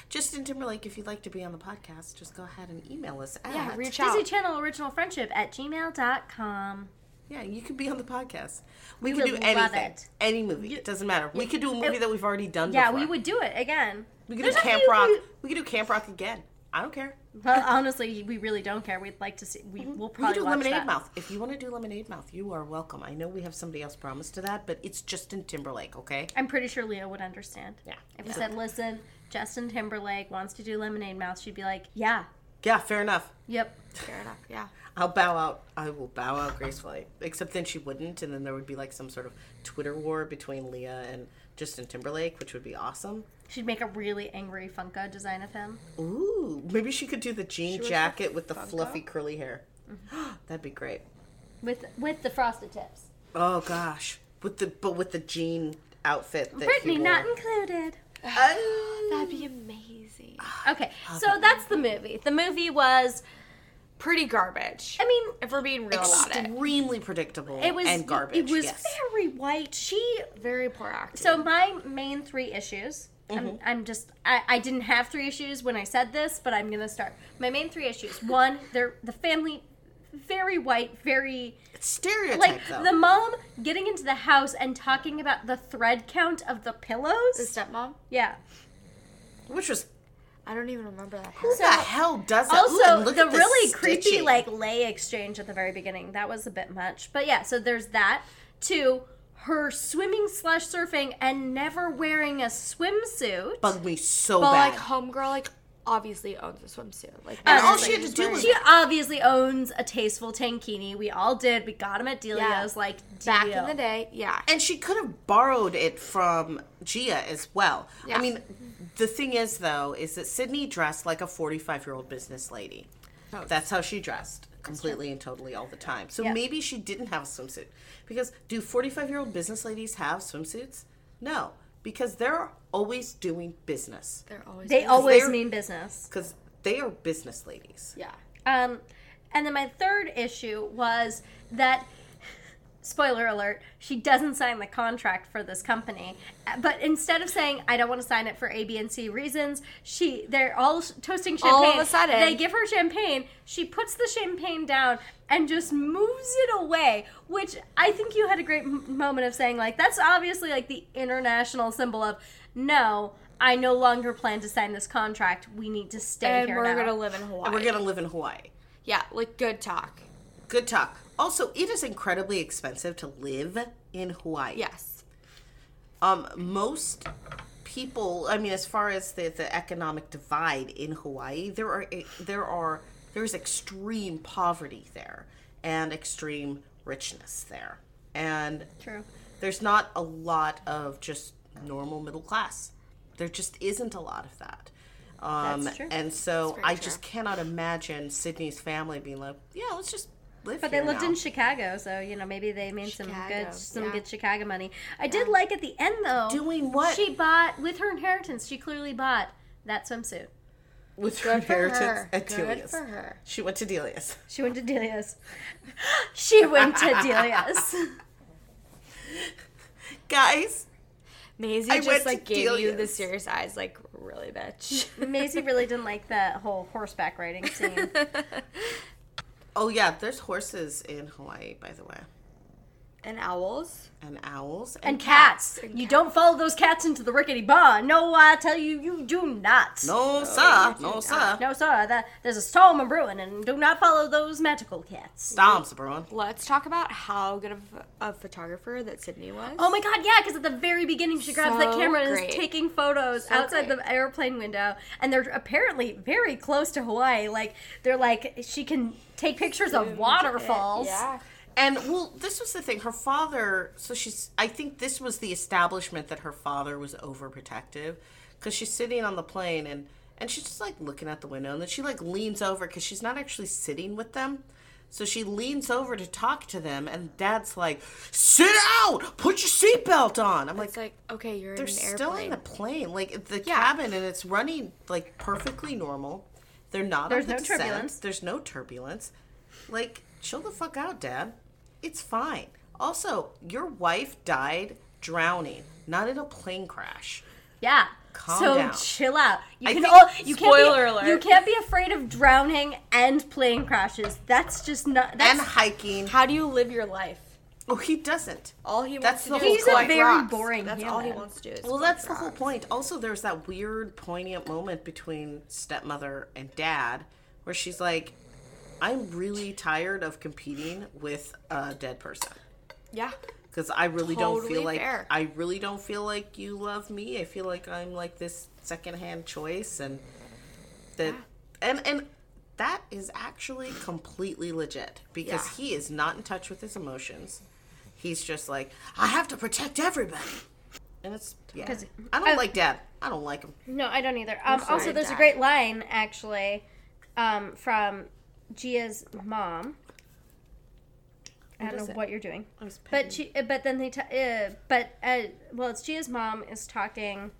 Speaker 1: Justin Timberlake, if you'd like to be on the podcast, just go ahead and email us. At,
Speaker 4: yeah. Reach
Speaker 2: Disney
Speaker 4: out.
Speaker 2: Channel Original Friendship at gmail.com.
Speaker 1: Yeah, you could be on the podcast. We,
Speaker 2: would
Speaker 1: could do
Speaker 2: love
Speaker 1: anything,
Speaker 2: it.
Speaker 1: any movie. It doesn't matter. We could do a movie that we've already done.
Speaker 2: Yeah,
Speaker 1: before.
Speaker 2: we would do it again.
Speaker 1: We could
Speaker 2: There's
Speaker 1: do
Speaker 2: a
Speaker 1: Camp
Speaker 2: few
Speaker 1: Rock.
Speaker 2: we-
Speaker 1: We could do Camp Rock again. I don't care.
Speaker 2: Well, honestly, we really don't care. We'd like to see. We, we'll
Speaker 1: Mm-hmm. We could
Speaker 2: probably
Speaker 1: do
Speaker 2: watch
Speaker 1: Lemonade
Speaker 2: that.
Speaker 1: Mouth. If you want to do Lemonade Mouth, you are welcome. I know we have somebody else promised to that, but it's Justin Timberlake. Okay.
Speaker 2: I'm pretty sure Leo would understand.
Speaker 1: Yeah.
Speaker 2: If we said, "Listen, Justin Timberlake wants to do Lemonade Mouth," she'd be like, "Yeah,
Speaker 1: Yeah. Fair enough.
Speaker 2: yep."
Speaker 4: Fair enough. Yeah.
Speaker 1: I'll bow out. I will bow out gracefully. Except then she wouldn't, and then there would be like some sort of Twitter war between Leah and Justin Timberlake, which would be awesome.
Speaker 2: She'd make a really angry Funko design of him.
Speaker 1: Ooh, maybe she could do the jean
Speaker 4: was
Speaker 1: jacket with the fluffy curly hair. That'd be great.
Speaker 2: with with the frosted tips.
Speaker 1: Oh gosh, with the but with the jean outfit that
Speaker 2: Brittany
Speaker 1: he wore.
Speaker 2: not included.
Speaker 1: Oh.
Speaker 4: That'd be amazing.
Speaker 2: Okay, so that's the movie. The movie was,
Speaker 4: Pretty garbage.
Speaker 2: I mean,
Speaker 4: if we're being real about it.
Speaker 1: extremely predictable
Speaker 2: it was
Speaker 1: and garbage.
Speaker 2: It was
Speaker 1: yes.
Speaker 2: very white. She
Speaker 4: Very poor acting.
Speaker 2: So my main three issues.
Speaker 1: Mm-hmm.
Speaker 2: I'm, I'm just I, I didn't have three issues when I said this, but I'm gonna start. My main three issues. One, they're the family, very white, very
Speaker 1: It's stereotype
Speaker 2: like
Speaker 1: though.
Speaker 2: the mom getting into the house and talking about the thread count of the pillows.
Speaker 4: the stepmom.
Speaker 2: yeah.
Speaker 1: Which was
Speaker 4: I don't even remember that.
Speaker 1: who the hell does that? Ooh,
Speaker 2: Also,
Speaker 1: and look
Speaker 2: the
Speaker 1: at
Speaker 2: really creepy
Speaker 1: stitching.
Speaker 2: like lay exchange at the very beginning that was a bit much. But yeah, so there's that. Two, her swimming slash surfing and never wearing a swimsuit.
Speaker 1: bugged me so
Speaker 4: But
Speaker 1: bad.
Speaker 4: like homegirl, like obviously owns a swimsuit. Like
Speaker 1: and all
Speaker 4: obviously
Speaker 1: she had to
Speaker 4: she's
Speaker 1: do
Speaker 4: wearing
Speaker 1: was
Speaker 2: She obviously owns a tasteful tankini. We all did. We got him at Delio's.
Speaker 4: Yeah.
Speaker 2: Like
Speaker 4: back
Speaker 2: deal.
Speaker 4: in the day. Yeah.
Speaker 1: And she could have borrowed it from Gia as well.
Speaker 4: Yeah.
Speaker 1: I mean, the thing is, though, is that Sydney dressed like a 45 year old business lady. That's how she dressed completely and totally all the time. So
Speaker 2: Yeah.
Speaker 1: maybe she didn't have a swimsuit. Because do 45 year old business ladies have swimsuits? No, because they're always doing business.
Speaker 4: They're always.
Speaker 2: They always
Speaker 1: they're-
Speaker 2: mean business.
Speaker 1: Because they are business ladies.
Speaker 4: yeah.
Speaker 2: Um, and then my third issue was that spoiler alert, she doesn't sign the contract for this company. But instead of saying I don't want to sign it for A, B, and C reasons, she they're all sh- toasting champagne.
Speaker 4: All of a sudden.
Speaker 2: they give her champagne. She puts the champagne down and just moves it away. Which I think you had a great m- moment of saying like that's obviously like the international symbol of no. I no longer plan to sign this contract. We need to stay
Speaker 4: and
Speaker 2: here
Speaker 4: we're
Speaker 2: now.
Speaker 4: gonna live in Hawaii.
Speaker 1: And we're gonna live in Hawaii.
Speaker 4: yeah, like good talk.
Speaker 1: Good talk. Also, it is incredibly expensive to live in Hawaii.
Speaker 4: Yes.
Speaker 1: Um, most people, I mean, as far as the, the economic divide in Hawaii, there are eh, there are there is extreme poverty there and extreme richness there, and
Speaker 2: True.
Speaker 1: there's not a lot of just normal middle class. There just isn't a lot of that. Um,
Speaker 2: That's true.
Speaker 1: And so
Speaker 4: very
Speaker 1: I
Speaker 4: true.
Speaker 1: just cannot imagine Sydney's family being like, yeah, let's just live.
Speaker 2: But they
Speaker 1: here
Speaker 2: lived
Speaker 1: now."
Speaker 2: in Chicago, so you know maybe they made some
Speaker 4: Chicago,
Speaker 2: good some
Speaker 4: yeah.
Speaker 2: good Chicago money. I did like at the end though.
Speaker 1: Doing what?
Speaker 2: She bought with her inheritance. She clearly bought that swimsuit.
Speaker 1: with her inheritance
Speaker 4: her.
Speaker 1: at
Speaker 4: Good
Speaker 1: Delia's.
Speaker 4: for her.
Speaker 1: She went to Delia's.
Speaker 2: She went to Delia's. she went to Delia's.
Speaker 1: Guys,
Speaker 4: Maisie
Speaker 1: I went
Speaker 4: just
Speaker 1: to
Speaker 4: like gave you the
Speaker 1: Delia's.
Speaker 4: serious eyes, like really, bitch.
Speaker 2: Maisie really didn't like the whole horseback riding scene.
Speaker 1: Oh yeah, there's horses in Hawaii, by the way,
Speaker 4: and owls.
Speaker 1: and owls
Speaker 2: And cats. you don't follow those cats into the rickety barn. No, I tell you, you do not.
Speaker 1: no sir, no sir.
Speaker 2: No, sir. That, there's a storm a brewing, and do not follow those magical cats.
Speaker 1: Stomps, bro.
Speaker 4: Let's talk about how good of a photographer that Sydney was.
Speaker 2: Oh my god, yeah, because at the very beginning she grabs the
Speaker 4: So
Speaker 2: camera and
Speaker 4: great.
Speaker 2: is taking photos outside
Speaker 4: great.
Speaker 2: the airplane window, and they're apparently very close to Hawaii. Like they're like she can take pictures of waterfalls.
Speaker 4: Yeah.
Speaker 1: And well, this was the thing. Her father. So she's. I think this was the establishment that her father was overprotective, because she's sitting on the plane and and she's just like looking out the window, and then she like leans over because she's not actually sitting with them. So she leans over to talk to them, and Dad's like, "Sit out, put your seatbelt on." I'm like,
Speaker 4: It's like, okay, you're in
Speaker 1: They're
Speaker 4: an airplane.
Speaker 1: still in the plane, like the cabin, and it's running like perfectly normal. They're not.
Speaker 2: There's
Speaker 1: on the
Speaker 2: no
Speaker 1: descent.
Speaker 2: turbulence.
Speaker 1: There's no turbulence. Like, chill the fuck out, Dad. It's fine. Also, your wife died drowning, not in a plane crash.
Speaker 2: Yeah.
Speaker 1: Calm
Speaker 2: so
Speaker 1: down.
Speaker 2: chill out. You
Speaker 1: I
Speaker 2: can
Speaker 1: think-
Speaker 2: all you
Speaker 4: Spoiler
Speaker 2: can't
Speaker 4: alert.
Speaker 2: be, You can't be afraid of drowning and plane crashes. That's just not. That's,
Speaker 1: and hiking.
Speaker 4: How do you live your life?
Speaker 1: oh, he doesn't.
Speaker 4: All he
Speaker 1: That's the
Speaker 4: wants to do
Speaker 1: whole
Speaker 4: is
Speaker 1: He's a
Speaker 4: collect
Speaker 2: very
Speaker 4: rocks.
Speaker 2: boring
Speaker 4: That's all he
Speaker 2: human.
Speaker 4: wants to do. Is
Speaker 1: Well,
Speaker 4: collect
Speaker 1: that's the whole
Speaker 4: rocks.
Speaker 1: point. Also, there's that weird, poignant moment between stepmother and dad where she's like, I'm really tired of competing with a dead person.
Speaker 4: Yeah.
Speaker 1: because I really don't feel
Speaker 4: Totally
Speaker 1: like
Speaker 4: fair.
Speaker 1: I really don't feel like you love me. I feel like I'm like this secondhand choice, and that and and that is actually completely legit because
Speaker 4: Yeah.
Speaker 1: he is not in touch with his emotions. He's just like I have to protect everybody, and it's yeah.
Speaker 2: 'Cause-
Speaker 1: I don't
Speaker 2: I-
Speaker 1: like Dad. I don't like him.
Speaker 2: No, I don't either. Um, also,
Speaker 4: sorry,
Speaker 2: there's a
Speaker 4: Dad.
Speaker 2: great line actually um, from Gia's mom. I don't know what you're doing, but she. uh, But then they. T- uh, but uh, well, it's Gia's mom is talking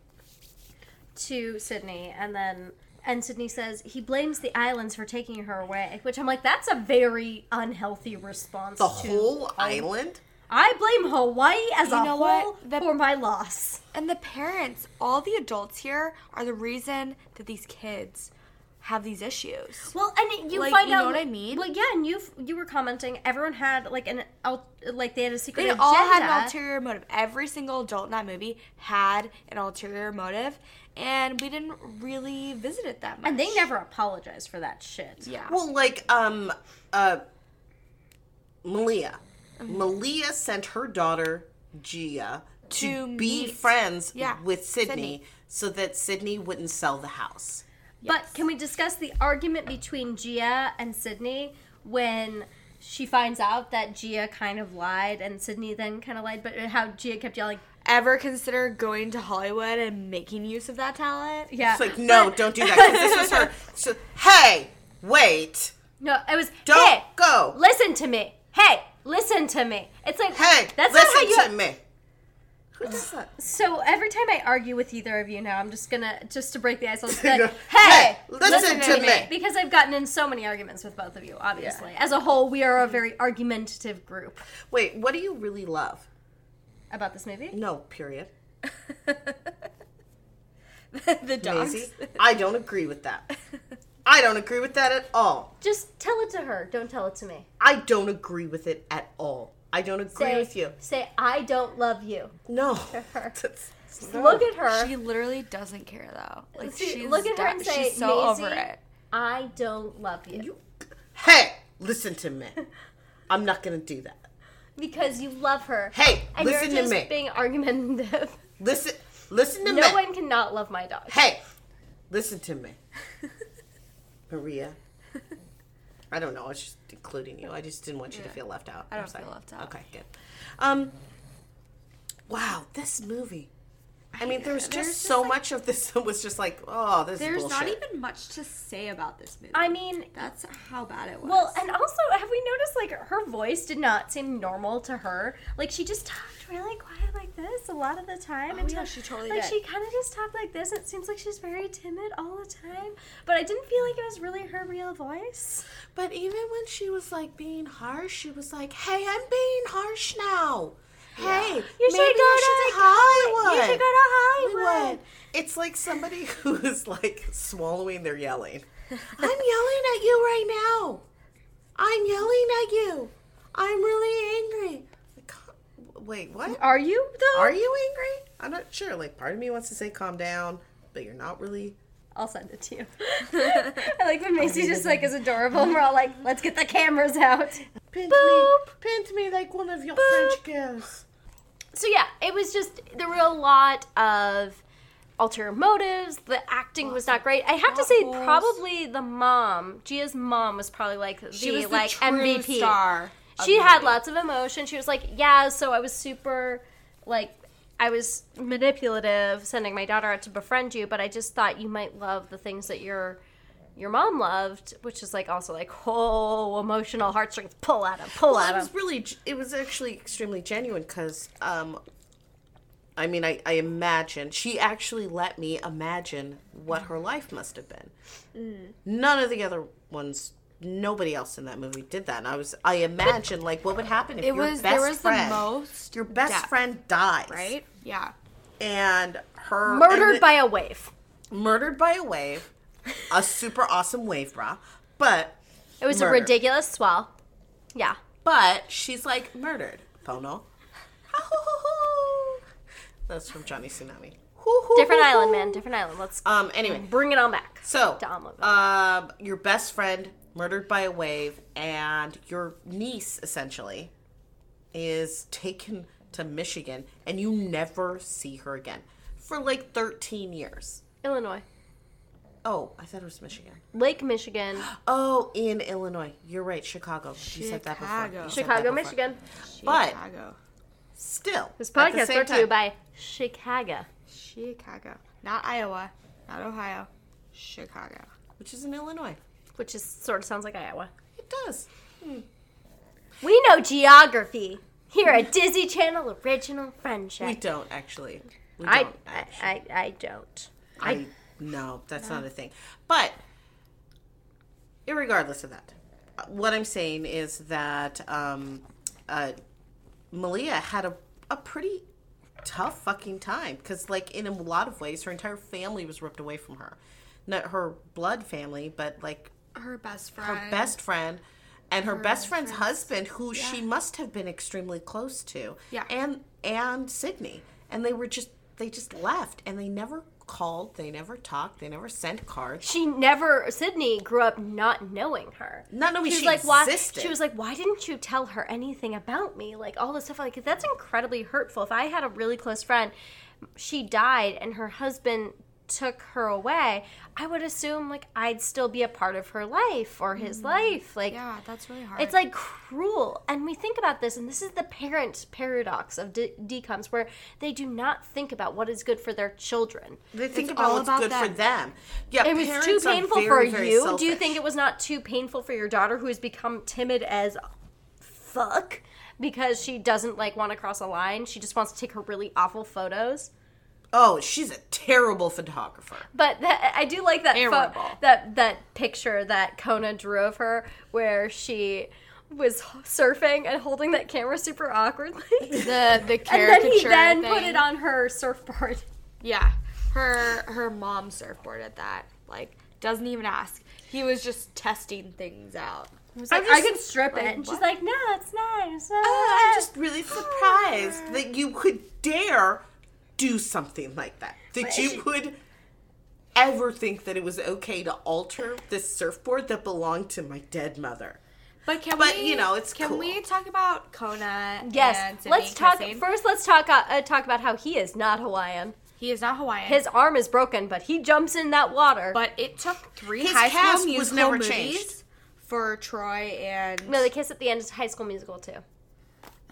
Speaker 2: to Sydney, and then and Sydney says he blames the islands for taking her away, which I'm like, that's a very unhealthy response.
Speaker 1: The
Speaker 2: to-
Speaker 1: whole island.
Speaker 2: I blame Hawaii as a
Speaker 4: know what?
Speaker 2: whole
Speaker 4: The-
Speaker 2: for my loss.
Speaker 4: And the parents, all the adults here, are the reason that these kids have these issues.
Speaker 2: Well, and you
Speaker 4: Like,
Speaker 2: find
Speaker 4: you
Speaker 2: out
Speaker 4: know what I mean?
Speaker 2: Well, yeah, and you you were commenting. Everyone had like an al- like they had a secret
Speaker 4: They
Speaker 2: agenda.
Speaker 4: all had an ulterior motive. Every single adult in that movie had an ulterior motive, and we didn't really visit it that much.
Speaker 2: and they never apologized for that shit.
Speaker 4: Yeah.
Speaker 1: Well, like um uh Malia. Malia sent her daughter Gia to,
Speaker 4: To
Speaker 1: be
Speaker 4: meet-
Speaker 1: friends
Speaker 4: yeah,
Speaker 1: with Sydney,
Speaker 4: Sydney.
Speaker 1: so that Sydney wouldn't sell the house.
Speaker 2: But can we discuss the argument between Gia and Sydney when she finds out that Gia kind of lied and Sydney then kind of lied, but how Gia kept yelling,
Speaker 4: Ever consider going to Hollywood and making use of that talent?
Speaker 2: "Yeah,
Speaker 1: It's like, no, don't do that. 'cause this was her. So, hey, wait,
Speaker 2: no, it was
Speaker 1: don't
Speaker 2: hey,
Speaker 1: go.
Speaker 2: listen to me, hey, listen to me." It's like
Speaker 1: hey,
Speaker 2: that's
Speaker 1: listen
Speaker 2: not how you
Speaker 1: to me. Who does that?
Speaker 2: So every time I argue with either of you now, I'm just gonna just to break the ice. I'll just be like, "Hey,
Speaker 1: listen to me."
Speaker 2: Because I've gotten in so many arguments with both of you. Obviously, as a whole, we are a very argumentative group
Speaker 1: Wait, what do you really love?
Speaker 2: about this movie.
Speaker 1: No, period.
Speaker 4: the dogs.
Speaker 1: Maisie, I don't agree with that. I don't agree with that at all.
Speaker 2: Just tell it to her. Don't tell it to me.
Speaker 1: I don't agree with it at all. I don't agree
Speaker 2: Say,
Speaker 1: with you.
Speaker 2: Say, I don't love you.
Speaker 1: No.
Speaker 2: her.
Speaker 1: That's-
Speaker 2: Look at her.
Speaker 4: She literally doesn't care though. Like
Speaker 2: See,
Speaker 4: she's
Speaker 2: look at her
Speaker 4: do-
Speaker 2: and say,
Speaker 4: she's so
Speaker 2: "Maisie,
Speaker 4: over it.
Speaker 2: I don't love you.
Speaker 1: you- Hey, listen to me. I'm not gonna do that.
Speaker 2: because you love her.
Speaker 1: Hey,
Speaker 2: and
Speaker 1: listen
Speaker 2: you're
Speaker 1: to
Speaker 2: just
Speaker 1: me.
Speaker 2: being argumentative.
Speaker 1: Listen, listen to
Speaker 2: No
Speaker 1: me.
Speaker 2: one cannot love my dog.
Speaker 1: Hey, listen to me, Maria. I don't know. I was just including you. I just didn't want you to feel left out. I
Speaker 4: don't feel left out.
Speaker 1: Okay, good. Um, wow, this movie. I mean, there was just
Speaker 4: just,
Speaker 1: so much of this that was just like, oh, this
Speaker 4: There's
Speaker 1: is bullshit.
Speaker 4: not even much to say about this movie.
Speaker 2: I mean,
Speaker 4: That's how bad it was.
Speaker 2: well, and also, have we noticed like her voice did not seem normal to her? Like she just talked really quiet like this a lot of the time.
Speaker 4: yeah, she totally
Speaker 2: like
Speaker 4: did.
Speaker 2: she kind of just talked like this. It seems like she's very timid all the time. But I didn't feel like it was really her real voice.
Speaker 1: But even when she was like being harsh, she was like, "Hey, I'm being harsh now. Hey,
Speaker 2: You
Speaker 1: maybe
Speaker 2: should go
Speaker 1: I
Speaker 2: to
Speaker 1: should go to Hollywood.
Speaker 2: You should go to Hollywood.
Speaker 1: It's like somebody who is like swallowing their yelling. I'm yelling at you right now. I'm yelling at you. I'm really angry. Like, "Ca- Wait, what?
Speaker 2: Are you though?
Speaker 1: Are you angry? I'm not sure. Like, part of me wants to say calm down, but you're not really.
Speaker 2: I'll send it to you. I like when Macy just like is adorable, and we're all like, let's get the cameras out.
Speaker 1: Pint
Speaker 2: Boop.
Speaker 1: me, pint me like one of your French girls.
Speaker 2: So yeah, it was just there were a lot of ulterior motives. The acting was not great. I have to say,
Speaker 4: potholes.
Speaker 2: probably the mom, Gia's mom, was probably like the,
Speaker 4: she was the
Speaker 2: like
Speaker 4: true
Speaker 2: MVP.
Speaker 4: star. of
Speaker 2: She
Speaker 4: the
Speaker 2: had
Speaker 4: movie.
Speaker 2: lots of emotion. She was like, yeah, so I was super like. I was manipulative, sending my daughter out to befriend you, but I just thought you might love the things that your your mom loved, which is like also like whole emotional heartstrings pull at him, pull
Speaker 1: Well,
Speaker 2: at
Speaker 1: it
Speaker 2: him.
Speaker 1: was really, it was actually extremely genuine because, um, I mean, I, I imagine she actually let me imagine what her life must have been.
Speaker 4: Mm.
Speaker 1: None of the other ones, nobody else in that movie did that. And I was, I imagine like what would happen if
Speaker 4: It
Speaker 1: your
Speaker 4: was
Speaker 1: best
Speaker 4: there was
Speaker 1: friend,
Speaker 4: the most
Speaker 1: your best
Speaker 4: depth,
Speaker 1: friend dies,
Speaker 4: right? Yeah.
Speaker 1: And her
Speaker 2: Murdered
Speaker 1: and-
Speaker 2: by a wave.
Speaker 1: murdered by a wave, a super awesome wave bra, but
Speaker 2: It was
Speaker 1: Murder.
Speaker 2: a ridiculous swell. Yeah.
Speaker 1: But she's like murdered. Pono. That's from Johnny Tsunami.
Speaker 2: Different island, man. Different island. Let's
Speaker 1: Um. Anyway,
Speaker 2: bring it on back.
Speaker 1: so
Speaker 2: to Omelet.
Speaker 1: um, your best friend murdered by a wave, and your niece essentially is taken to Michigan, and you never see her again for like 13 years.
Speaker 2: Illinois.
Speaker 1: Oh, I thought it was Michigan.
Speaker 2: Lake Michigan.
Speaker 1: Oh, in Illinois. You're right, Chicago. You said that before.
Speaker 4: Chicago.
Speaker 1: You said that
Speaker 2: Chicago,
Speaker 1: before.
Speaker 2: Michigan.
Speaker 1: But
Speaker 4: Chicago.
Speaker 1: still,
Speaker 2: This
Speaker 1: at the
Speaker 2: podcast
Speaker 1: same
Speaker 2: brought to you
Speaker 1: time-
Speaker 2: by Chicago.
Speaker 4: Chicago. Not Iowa. Not Ohio. Chicago.
Speaker 1: which is in Illinois.
Speaker 2: Which is sort of sounds like Iowa.
Speaker 1: It does.
Speaker 2: We know geography. Here at Disney Channel Original Friendship.
Speaker 1: We don't actually. We
Speaker 2: I,
Speaker 1: don't
Speaker 2: I,
Speaker 1: actually.
Speaker 2: I I don't. I,
Speaker 1: I- no, that's not a thing. But irregardless of that, uh, what I'm saying is that um, uh, Malia had a, a pretty tough fucking time because, like, in a lot of ways, her entire family was ripped away from her. Not her blood family, but like
Speaker 4: Her best friend.
Speaker 1: her best friend and her, best friend's husband who she must have been extremely close to
Speaker 4: Yeah.
Speaker 1: and and sydney and they were just they just left and they never called they never talked they never sent cards
Speaker 2: she never Sydney grew up not knowing her.
Speaker 1: Not knowing she
Speaker 2: why
Speaker 1: existed.
Speaker 2: she was like, Why didn't you tell her anything about me? Like all this stuff like that's incredibly hurtful. If I had a really close friend, she died and her husband took her away, I would assume like I'd still be a part of her life or
Speaker 1: Mm.
Speaker 2: his life. Like
Speaker 4: Yeah, that's really hard.
Speaker 2: it's like cruel. And we think about this, and this is the parent paradox of D- DCOMs, where they do not think about what is good for their children.
Speaker 1: they think
Speaker 4: It's
Speaker 1: about
Speaker 4: all
Speaker 1: what's
Speaker 4: about
Speaker 1: good for
Speaker 4: them.
Speaker 1: them yeah
Speaker 2: It was too
Speaker 1: parents are
Speaker 2: painful
Speaker 1: very,
Speaker 2: for
Speaker 1: very
Speaker 2: you. Do you
Speaker 1: selfish.
Speaker 2: think it was not too painful for your daughter who has become timid as fuck because she doesn't like want to cross a line. She just wants to take her really awful photos.
Speaker 1: Oh, she's a terrible photographer.
Speaker 2: But that, I do like that pho-
Speaker 4: Terrible.
Speaker 2: that that picture that Kona drew of her where she was surfing and holding that camera super awkwardly.
Speaker 4: The the
Speaker 2: and then
Speaker 4: caricature
Speaker 2: he then
Speaker 4: thing.
Speaker 2: put it on her surfboard.
Speaker 4: Yeah, her her mom surfboarded that. Like doesn't even ask. He was just testing things out.
Speaker 2: was
Speaker 1: I'm
Speaker 2: like, I
Speaker 1: just- Oh,
Speaker 2: can strip it.
Speaker 4: like,
Speaker 2: And she's
Speaker 4: what?
Speaker 2: like, no, it's not. It's not.
Speaker 1: I'm just really surprised that you could dare do something like that. That you would ever think that it was okay to alter this surfboard that belonged to my dead mother.
Speaker 4: But can
Speaker 1: But,
Speaker 4: we?
Speaker 1: you know, it's
Speaker 4: can
Speaker 1: cool.
Speaker 4: we talk about Kona?
Speaker 2: yes.
Speaker 4: and Sydney
Speaker 2: Let's talk
Speaker 4: kissing?
Speaker 2: first. Let's talk uh, uh, talk about how he is not Hawaiian.
Speaker 4: He is not Hawaiian.
Speaker 2: His arm is broken, but he jumps in that water.
Speaker 4: but it took three
Speaker 1: His
Speaker 4: high
Speaker 1: cap was
Speaker 4: school musical
Speaker 1: never
Speaker 4: movies
Speaker 1: changed.
Speaker 4: for Troy and.
Speaker 2: no, the kiss at the end is High School Musical too.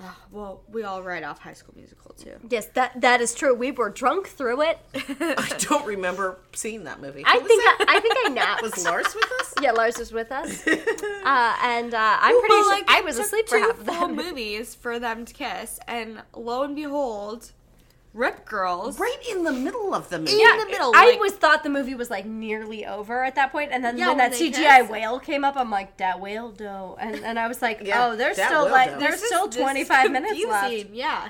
Speaker 4: Ugh, well, we all write off High School Musical too.
Speaker 2: Yes, that that is true. We were drunk through it.
Speaker 1: I don't remember seeing that movie.
Speaker 2: I
Speaker 1: Who was
Speaker 2: think
Speaker 1: that?
Speaker 2: I, I think I napped.
Speaker 1: was Lars with us?
Speaker 2: yeah, Lars was with us, uh, and uh, I'm pretty sure I was asleep for
Speaker 4: two
Speaker 2: half of
Speaker 4: full
Speaker 2: that.
Speaker 4: movies for them to kiss, and lo and behold, Rip Girls.
Speaker 1: Right in the middle of the movie.
Speaker 4: Yeah. in the middle,
Speaker 2: I
Speaker 4: like-
Speaker 2: was thought the movie was like nearly over at that point, and then
Speaker 4: Yeah,
Speaker 2: when
Speaker 4: when
Speaker 2: that
Speaker 4: they
Speaker 2: CGI
Speaker 4: kiss.
Speaker 2: whale came up, I'm like, that whale dough, and and I was like,
Speaker 1: Yeah,
Speaker 2: oh, there's
Speaker 1: that
Speaker 2: still
Speaker 1: whale
Speaker 2: like
Speaker 1: dough.
Speaker 2: there's
Speaker 4: This is-
Speaker 2: still
Speaker 4: this is
Speaker 2: 25 minutes left.
Speaker 4: confusing, Yeah.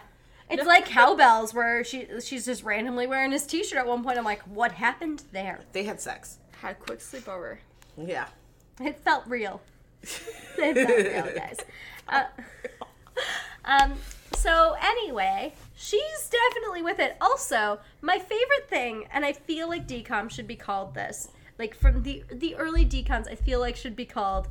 Speaker 2: It's like cowbells where she she's just randomly wearing his t-shirt at one point. I'm like, what happened there?
Speaker 1: They had sex.
Speaker 4: Had a quick sleepover.
Speaker 1: Yeah.
Speaker 2: It felt real. It felt real, guys. Uh, um, so anyway, she's definitely with it. Also, my favorite thing, and I feel like decom should be called this. Like from the the early decons, I feel like should be called.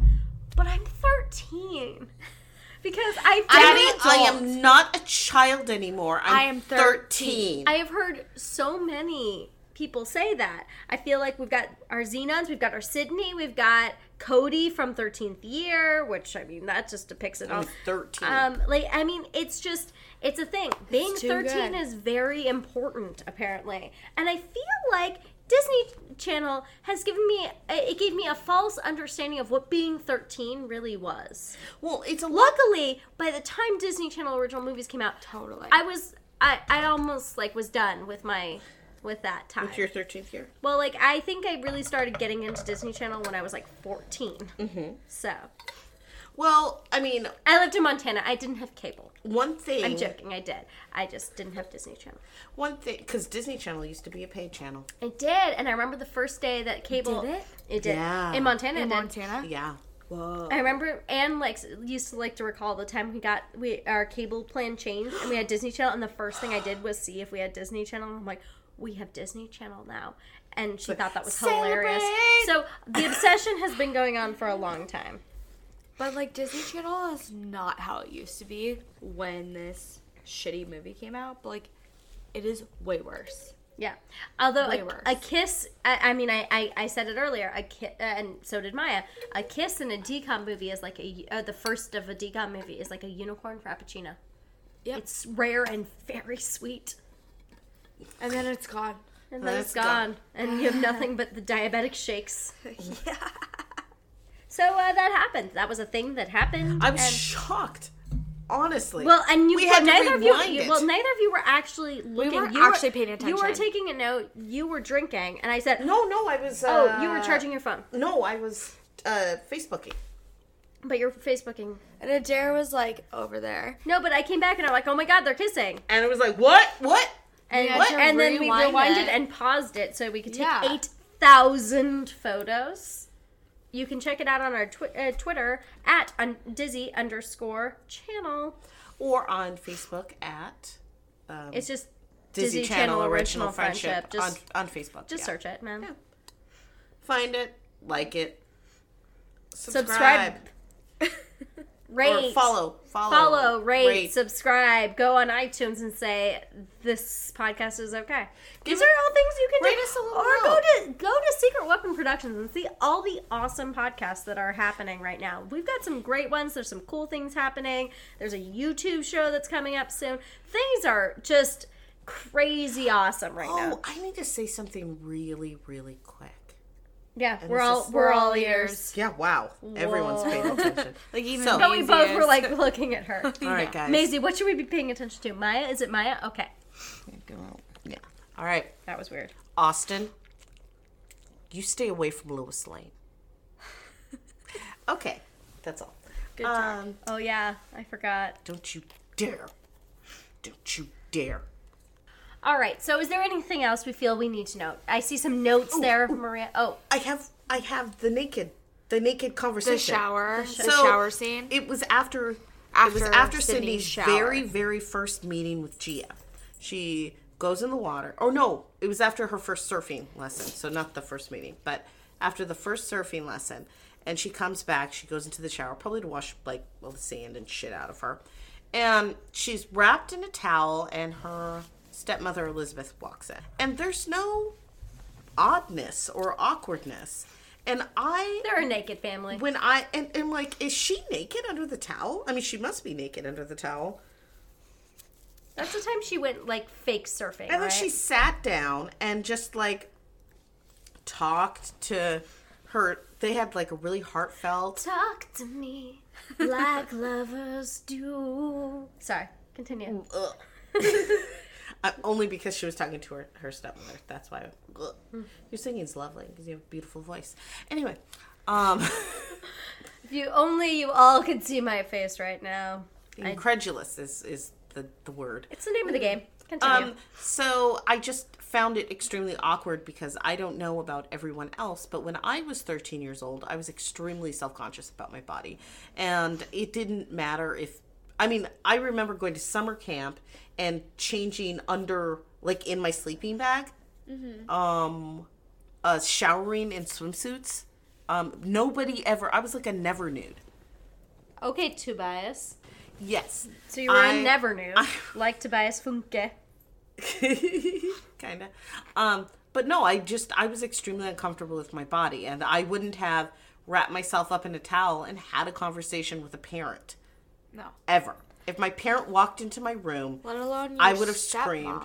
Speaker 2: But I'm 13 because I
Speaker 1: Daddy,
Speaker 2: feel-
Speaker 1: I am not a child anymore. I'm
Speaker 4: I am
Speaker 1: 13.
Speaker 2: I have heard so many people say that. I feel like we've got our Xenons, we've got our Sydney, we've got Cody from 13th Year, which I mean, that just depicts it all.
Speaker 1: I'm 13.
Speaker 2: Um, like, I mean, it's just, it's a thing. Being
Speaker 4: too
Speaker 2: 13
Speaker 4: good.
Speaker 2: is very important, apparently. And I feel like Disney Channel has given me, it gave me a false understanding of what being 13 really was.
Speaker 1: well, it's a lot.
Speaker 2: Luckily, by the time Disney Channel original movies came out,
Speaker 4: Totally.
Speaker 2: I was I I almost like was done with my with that time.
Speaker 1: Your 13th year.
Speaker 2: well, like I think I really started getting into Disney Channel when I was like 14. Mm-hmm. So
Speaker 1: Well, I mean,
Speaker 2: I lived in Montana. I didn't have cable.
Speaker 1: one thing.
Speaker 2: I'm joking. I did. I just didn't have Disney Channel.
Speaker 1: One thing, because Disney Channel used to be a paid channel.
Speaker 2: I did, and I remember the first day that cable.
Speaker 4: did it?
Speaker 2: did.
Speaker 1: Yeah.
Speaker 2: In Montana. it did.
Speaker 4: Montana.
Speaker 1: Yeah. Whoa.
Speaker 2: I remember Anne like used to like to recall the time we got we our cable plan changed and we had Disney Channel and the first thing I did was see if we had Disney Channel. I'm like, we have Disney Channel now, and she thought that was hilarious.
Speaker 1: Celebrate!
Speaker 2: So the obsession has been going on for a long time.
Speaker 4: But like Disney Channel is not how it used to be when this shitty movie came out. But like, it is way worse.
Speaker 2: Yeah. Although
Speaker 4: Way
Speaker 2: a,
Speaker 4: worse.
Speaker 2: a kiss, I, I mean, I, I, I said it earlier, a ki- and so did Maya. A kiss in a decom movie is like a uh, the first of a decom movie is like a unicorn frappuccino.
Speaker 4: Yep.
Speaker 2: It's rare and very sweet.
Speaker 4: And then it's gone.
Speaker 2: And then
Speaker 1: That's
Speaker 2: it's gone. And you have nothing but the diabetic shakes. yeah. So uh, that happened. That was a thing that happened.
Speaker 1: I'm
Speaker 2: and-
Speaker 1: shocked. Honestly.
Speaker 2: well, and you
Speaker 1: we had to
Speaker 2: neither of you,
Speaker 1: rewind
Speaker 2: you-
Speaker 1: it.
Speaker 2: well neither of you were actually looking.
Speaker 4: weren't
Speaker 2: you
Speaker 4: actually paying
Speaker 2: You were
Speaker 4: attention.
Speaker 2: taking a note. You were drinking, and I said,
Speaker 1: no, no, I was. Uh,
Speaker 2: "Oh, you were charging your phone,
Speaker 1: No, I was uh, Facebooking.
Speaker 2: but you're Facebooking."
Speaker 4: And Adair was like over there.
Speaker 2: No, but I came back and I'm like, "Oh my God, they're kissing!"
Speaker 1: And it was like, what? What?
Speaker 2: And
Speaker 4: had to
Speaker 2: and then we
Speaker 4: rewind
Speaker 2: rewinded
Speaker 4: it.
Speaker 2: and paused it so we could take
Speaker 4: Yeah.
Speaker 2: eight thousand photos. You can check it out on our twi- uh, Twitter at un- dizzy underscore channel.
Speaker 1: Or on Facebook at um,
Speaker 2: It's just
Speaker 1: Disney, Channel, Original Friendship.
Speaker 2: Just
Speaker 1: on, on Facebook.
Speaker 2: just
Speaker 1: yeah.
Speaker 2: search it, man.
Speaker 1: Find it, like it, subscribe,
Speaker 2: Subscribe, Rate,
Speaker 1: or follow, follow,
Speaker 2: follow, rate, subscribe. Go on iTunes and say this podcast is okay. These
Speaker 1: it-
Speaker 2: are all things you can
Speaker 1: rate
Speaker 2: do.
Speaker 1: us a little
Speaker 2: or go
Speaker 1: note.
Speaker 2: to go to Secret Weapon Productions and see all the awesome podcasts that are happening right now. We've got some great ones. There's some cool things happening. There's a YouTube show that's coming up soon. Things are just crazy awesome right now.
Speaker 1: Oh, I need to say something really, really quick.
Speaker 2: Yeah,
Speaker 1: And
Speaker 2: we're
Speaker 1: it's
Speaker 2: all
Speaker 1: just-
Speaker 2: we're all ears.
Speaker 1: Yeah, wow. Everyone's paying attention.
Speaker 4: Like even
Speaker 1: So-
Speaker 2: But we both were
Speaker 4: easiest.
Speaker 2: like looking at her.
Speaker 1: All right, guys.
Speaker 2: Maisie, what should we be paying attention to? Maya? Is it Maya? Okay,
Speaker 1: Yeah. All right,
Speaker 2: that was weird.
Speaker 1: Austin, you stay away from Lewis Lane. okay, that's all.
Speaker 2: Good job.
Speaker 1: Um,
Speaker 2: Oh yeah, I forgot.
Speaker 1: don't you dare. Don't you dare.
Speaker 2: All right. So, is there anything else we feel we need to note? I see some notes there, Maria. Oh,
Speaker 1: I have I have the naked the naked conversation.
Speaker 4: the shower, the,
Speaker 1: So,
Speaker 4: shower scene.
Speaker 1: It was after. it was
Speaker 4: After
Speaker 1: after
Speaker 4: Sydney's
Speaker 1: Cindy's
Speaker 4: shower.
Speaker 1: very very first meeting with Gia. She goes in the water. Or no, it was after her first surfing lesson. So not the first meeting, but after the first surfing lesson, and she comes back. She goes into the shower probably to wash like all the sand and shit out of her, and she's wrapped in a towel. And her stepmother Elizabeth walks in, and there's no oddness or awkwardness. And I
Speaker 2: they're a naked family.
Speaker 1: when I and, and like, is she naked under the towel? I mean, she must be naked under the towel.
Speaker 2: That's the time she went like fake surfing.
Speaker 1: And then
Speaker 2: right?
Speaker 1: she sat down and just like talked to her. They had like a really heartfelt.
Speaker 2: talk to me like lovers do. Sorry. Continue.
Speaker 1: Ugh. Uh, only because she was talking to her, her stepmother. That's why. Ugh. Your singing's lovely because you have a beautiful voice. Anyway, um,
Speaker 2: If you only you all could see my face right now.
Speaker 1: incredulous is is the, the word.
Speaker 2: It's the name of the game. Continue.
Speaker 1: Um, so I just found it extremely awkward because I don't know about everyone else, but when I was 13 years old, I was extremely self conscious about my body. And it didn't matter if, I mean, I remember going to summer camp and changing under, like in my sleeping bag,
Speaker 2: Mm-hmm.
Speaker 1: um, uh, showering in swimsuits. Um, nobody ever, I was like a never nude.
Speaker 2: okay, Tobias.
Speaker 1: Yes.
Speaker 2: So you were
Speaker 1: I-
Speaker 2: in Never Knew, like Tobias Funke.
Speaker 1: kind of um but no i just i was extremely uncomfortable with my body and i wouldn't have wrapped myself up in a towel and had a conversation with a parent
Speaker 4: no,
Speaker 1: ever if my parent walked into my room
Speaker 4: let alone
Speaker 1: i
Speaker 4: your
Speaker 1: would have
Speaker 4: stepmom.
Speaker 1: screamed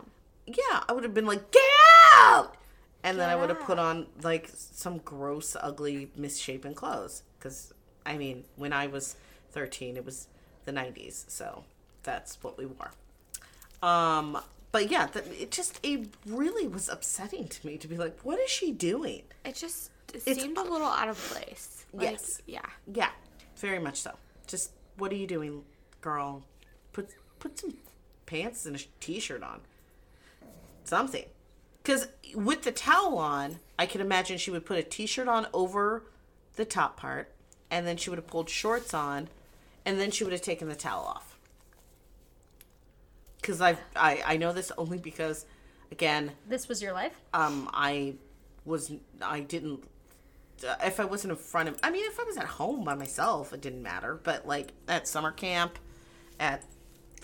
Speaker 1: yeah i would have been like get out and then i would have put on like some gross ugly misshapen clothes because i mean when i was 13 it was the 90s so that's what we wore um, but yeah, th it just it really was upsetting to me to be like, what is she doing?
Speaker 4: It just it seemed a little out of place. Like,
Speaker 1: Yes.
Speaker 4: Yeah.
Speaker 1: Yeah, very much so. Just what are you doing, girl? Put put some pants and a sh- t-shirt on. Something. Cuz with the towel on, I could imagine she would put a t-shirt on over the top part and then she would have pulled shorts on and then she would have taken the towel off. Cuz I've I I know this only because again,
Speaker 2: This was your life?
Speaker 1: um i was i didn't uh, if i wasn't in front of i mean if i was at home by myself it didn't matter but like at summer camp at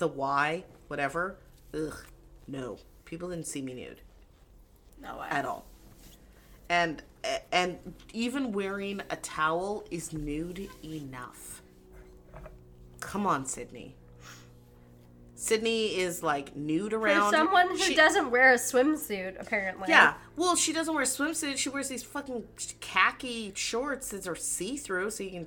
Speaker 1: the y whatever ugh no people didn't see me nude
Speaker 4: No
Speaker 1: at all and and even wearing a towel is nude enough come on sydney sydney is like nude
Speaker 2: For
Speaker 1: around
Speaker 2: someone who
Speaker 1: She-
Speaker 2: doesn't wear a swimsuit, apparently.
Speaker 1: yeah. Well, she doesn't wear swimsuits. She wears these fucking khaki shorts that are see through, so you can.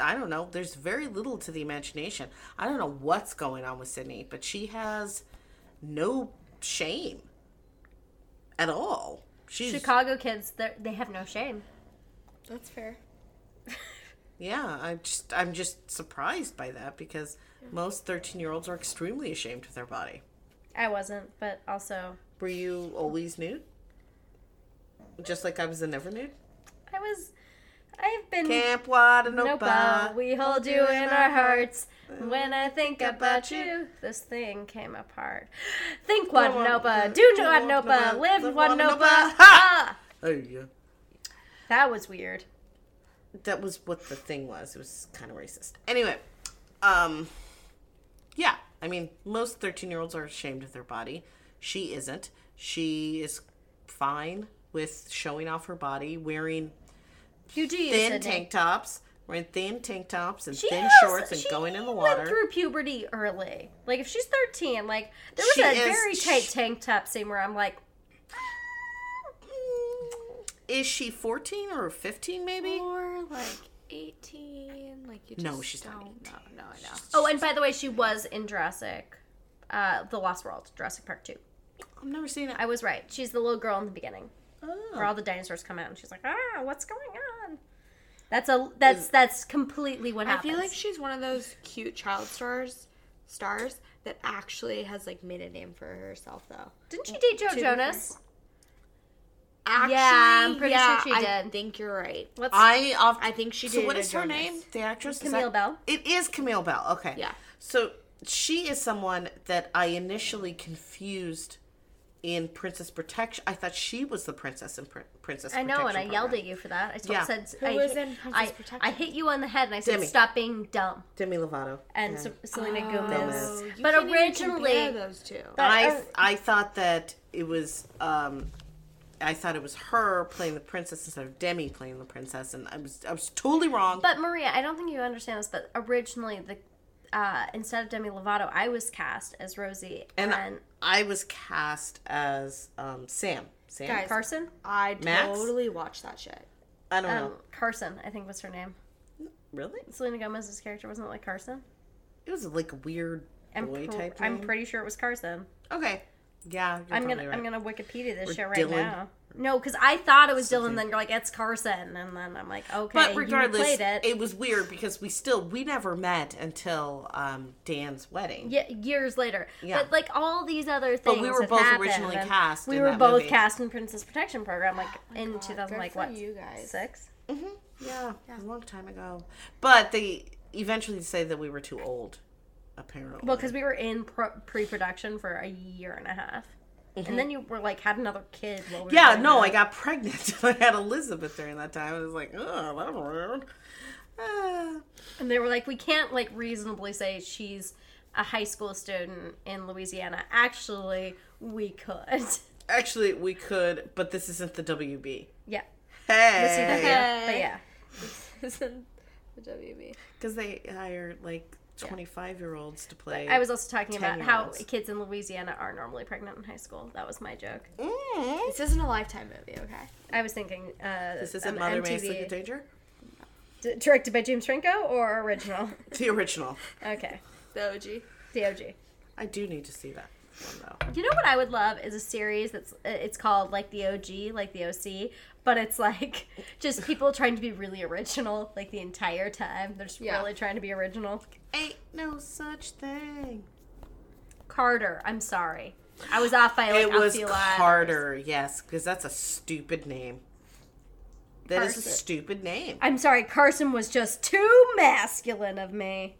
Speaker 1: I don't know. There's very little to the imagination. I don't know what's going on with Sydney, but she has no shame at all. She's
Speaker 2: Chicago kids, they're- they have no shame.
Speaker 4: That's fair.
Speaker 1: yeah. I'm just I'm just surprised by that because most 13 year olds are extremely ashamed of their body.
Speaker 2: I wasn't, but also
Speaker 1: Were you always nude? Just like I was a never nude.
Speaker 2: I was. I've been.
Speaker 1: Camp Wadanopa.
Speaker 2: Nopa, uh, we hold you in our hearts. When I think about you, this thing came apart. Think Wadnopa, do Wadnopa, live Wadnopa.
Speaker 1: Ha!
Speaker 2: Ah!
Speaker 1: Oh yeah.
Speaker 2: That was weird.
Speaker 1: That was what the thing was. It was kind of racist. Anyway, um, yeah. I mean, most thirteen-year-olds are ashamed of their body. She isn't. She is fine with showing off her body, wearing
Speaker 2: PG
Speaker 1: thin
Speaker 2: is
Speaker 1: tank tops, wearing thin tank tops and
Speaker 2: She
Speaker 1: thin
Speaker 2: also-
Speaker 1: shorts, and
Speaker 2: she
Speaker 1: going in the
Speaker 2: Went
Speaker 1: water.
Speaker 2: through puberty early. Like if she's thirteen, like there was
Speaker 1: She
Speaker 2: a
Speaker 1: is-
Speaker 2: very tight
Speaker 1: she-
Speaker 2: tank top scene where I'm like,
Speaker 1: is she 14 or 15 maybe?
Speaker 2: Oh.
Speaker 4: Or like 18. Like you just
Speaker 1: No, she's not
Speaker 4: don't know. No, I know.
Speaker 2: Oh, and by the way, she was in Jurassic, uh, The Lost World, Jurassic Park 2.
Speaker 1: I've never seen it.
Speaker 2: I was right. She's the little girl in the beginning where
Speaker 1: Oh.
Speaker 2: all the dinosaurs come out and she's like, ah, what's going on? That's a that's that's completely what
Speaker 4: I
Speaker 2: happens.
Speaker 4: feel like she's one of those cute child stars, stars that actually has like made a name for herself though.
Speaker 2: didn't she date Joe
Speaker 4: be
Speaker 2: Jonas?
Speaker 4: Actually,
Speaker 2: I'm pretty sure she
Speaker 4: I
Speaker 2: did.
Speaker 4: think you're right.
Speaker 2: What's
Speaker 1: I off-
Speaker 4: I think she did.
Speaker 1: So what
Speaker 4: a
Speaker 1: is her
Speaker 4: Jonas.
Speaker 1: name? The actress Is
Speaker 2: Camille
Speaker 1: that-
Speaker 2: Bell?
Speaker 1: It is Camille Bell. Okay.
Speaker 4: Yeah.
Speaker 1: So she is someone that I initially confused in Princess Protection. I thought she was the princess in Prin- Princess.
Speaker 2: I know, and I
Speaker 1: Protection
Speaker 2: yelled
Speaker 1: Program.
Speaker 2: at you for that. I told,
Speaker 1: Yeah.
Speaker 2: said
Speaker 4: Who
Speaker 2: I,
Speaker 4: was in
Speaker 2: I,
Speaker 4: Princess Protection?
Speaker 2: I hit you on the head and I said,
Speaker 1: Demi.
Speaker 2: "Stop being dumb."
Speaker 1: Demi Lovato.
Speaker 2: And
Speaker 1: Yeah.
Speaker 2: Se- Selena Gomez.
Speaker 1: Gomez.
Speaker 4: Oh, You
Speaker 2: But
Speaker 4: can't even compare
Speaker 2: originally,
Speaker 4: those two.
Speaker 2: but
Speaker 1: I
Speaker 2: or-
Speaker 1: I thought that it was um, I thought it was her playing the princess instead of Demi playing the princess, and I was I was totally wrong.
Speaker 2: But Maria, I don't think you understand this, but originally the uh, instead of Demi Lovato, I was cast as Rosie and,
Speaker 1: and I was cast as um, Sam. Sam
Speaker 4: Guys.
Speaker 2: Carson.
Speaker 4: I
Speaker 1: Max?
Speaker 4: totally watch that shit.
Speaker 1: I don't
Speaker 2: Um,
Speaker 1: know.
Speaker 2: Carson, I think was her name.
Speaker 1: Really?
Speaker 2: Selena Gomez's character wasn't it like Carson.
Speaker 1: It was like a weird
Speaker 2: I'm,
Speaker 1: boy
Speaker 2: pr-
Speaker 1: type.
Speaker 2: I'm
Speaker 1: name.
Speaker 2: pretty sure it was Carson.
Speaker 1: Okay. Yeah, you're
Speaker 2: I'm
Speaker 1: probably
Speaker 2: gonna
Speaker 1: right.
Speaker 2: I'm gonna Wikipedia this
Speaker 1: Or
Speaker 2: shit right
Speaker 1: Dylan.
Speaker 2: now. No, because I thought it was Dylan. Then you're like, it's Carson, and then I'm like, okay,
Speaker 1: But
Speaker 2: you
Speaker 1: regardless,
Speaker 2: played
Speaker 1: it.
Speaker 2: it.
Speaker 1: was weird because we still we never met until um, Dan's wedding.
Speaker 2: Ye- years later.
Speaker 1: Yeah.
Speaker 2: But like all these other things.
Speaker 1: we were
Speaker 2: have
Speaker 1: both
Speaker 2: happened,
Speaker 1: originally
Speaker 2: and
Speaker 1: cast
Speaker 2: We
Speaker 1: in
Speaker 2: were
Speaker 1: that
Speaker 2: both
Speaker 1: movie. Oh
Speaker 2: cast in Princess Protection Program, like in
Speaker 4: God,
Speaker 2: 2000,
Speaker 4: good
Speaker 2: like
Speaker 4: for
Speaker 2: what?
Speaker 4: you guys.
Speaker 2: Six.
Speaker 1: Yeah, a long time ago. But they eventually say that we were too old, apparently.
Speaker 2: Well, because we were in pro- pre-production for a year and a half, and then you were like had another kid. While we
Speaker 1: Mm-hmm. yeah,
Speaker 2: were
Speaker 1: no, I got pregnant. I had Elizabeth during that time. I was like, oh, that's rude. Uh,
Speaker 2: And they were like, we can't like reasonably say she's a high school student in Louisiana. Actually, we could.
Speaker 1: actually, we could, but this isn't the WB.
Speaker 2: yeah.
Speaker 1: Hey,
Speaker 2: Yeah, But yeah.
Speaker 4: Isn't the WB?
Speaker 1: because they hire like twenty-five year olds to play.
Speaker 2: I was also talking about how
Speaker 1: 10-year-olds.
Speaker 2: kids in Louisiana are normally pregnant in high school. That was my joke.
Speaker 1: Mm.
Speaker 4: This isn't a lifetime movie, okay?
Speaker 2: I was thinking uh,
Speaker 1: This isn't
Speaker 2: um,
Speaker 1: Mother May I Sleep in
Speaker 2: MTV,
Speaker 1: Danger.
Speaker 2: D- directed by James Franco or original.
Speaker 1: The original.
Speaker 2: okay,
Speaker 4: The OG.
Speaker 2: DOG.
Speaker 1: I do need to see that one though.
Speaker 2: You know what I would love is a series that's uh, it's called like the OG, like the OC, but it's like just people trying to be really original like the entire time. They're just
Speaker 4: Yeah.
Speaker 2: really trying to be original.
Speaker 1: Ain't no such thing.
Speaker 2: Carter, I'm sorry, I was off by like
Speaker 1: it was
Speaker 2: a few hours.
Speaker 1: Carter, yes, because that's a stupid name. That is a
Speaker 2: Carson.
Speaker 1: stupid name.
Speaker 2: I'm sorry, Carson was just too masculine of me.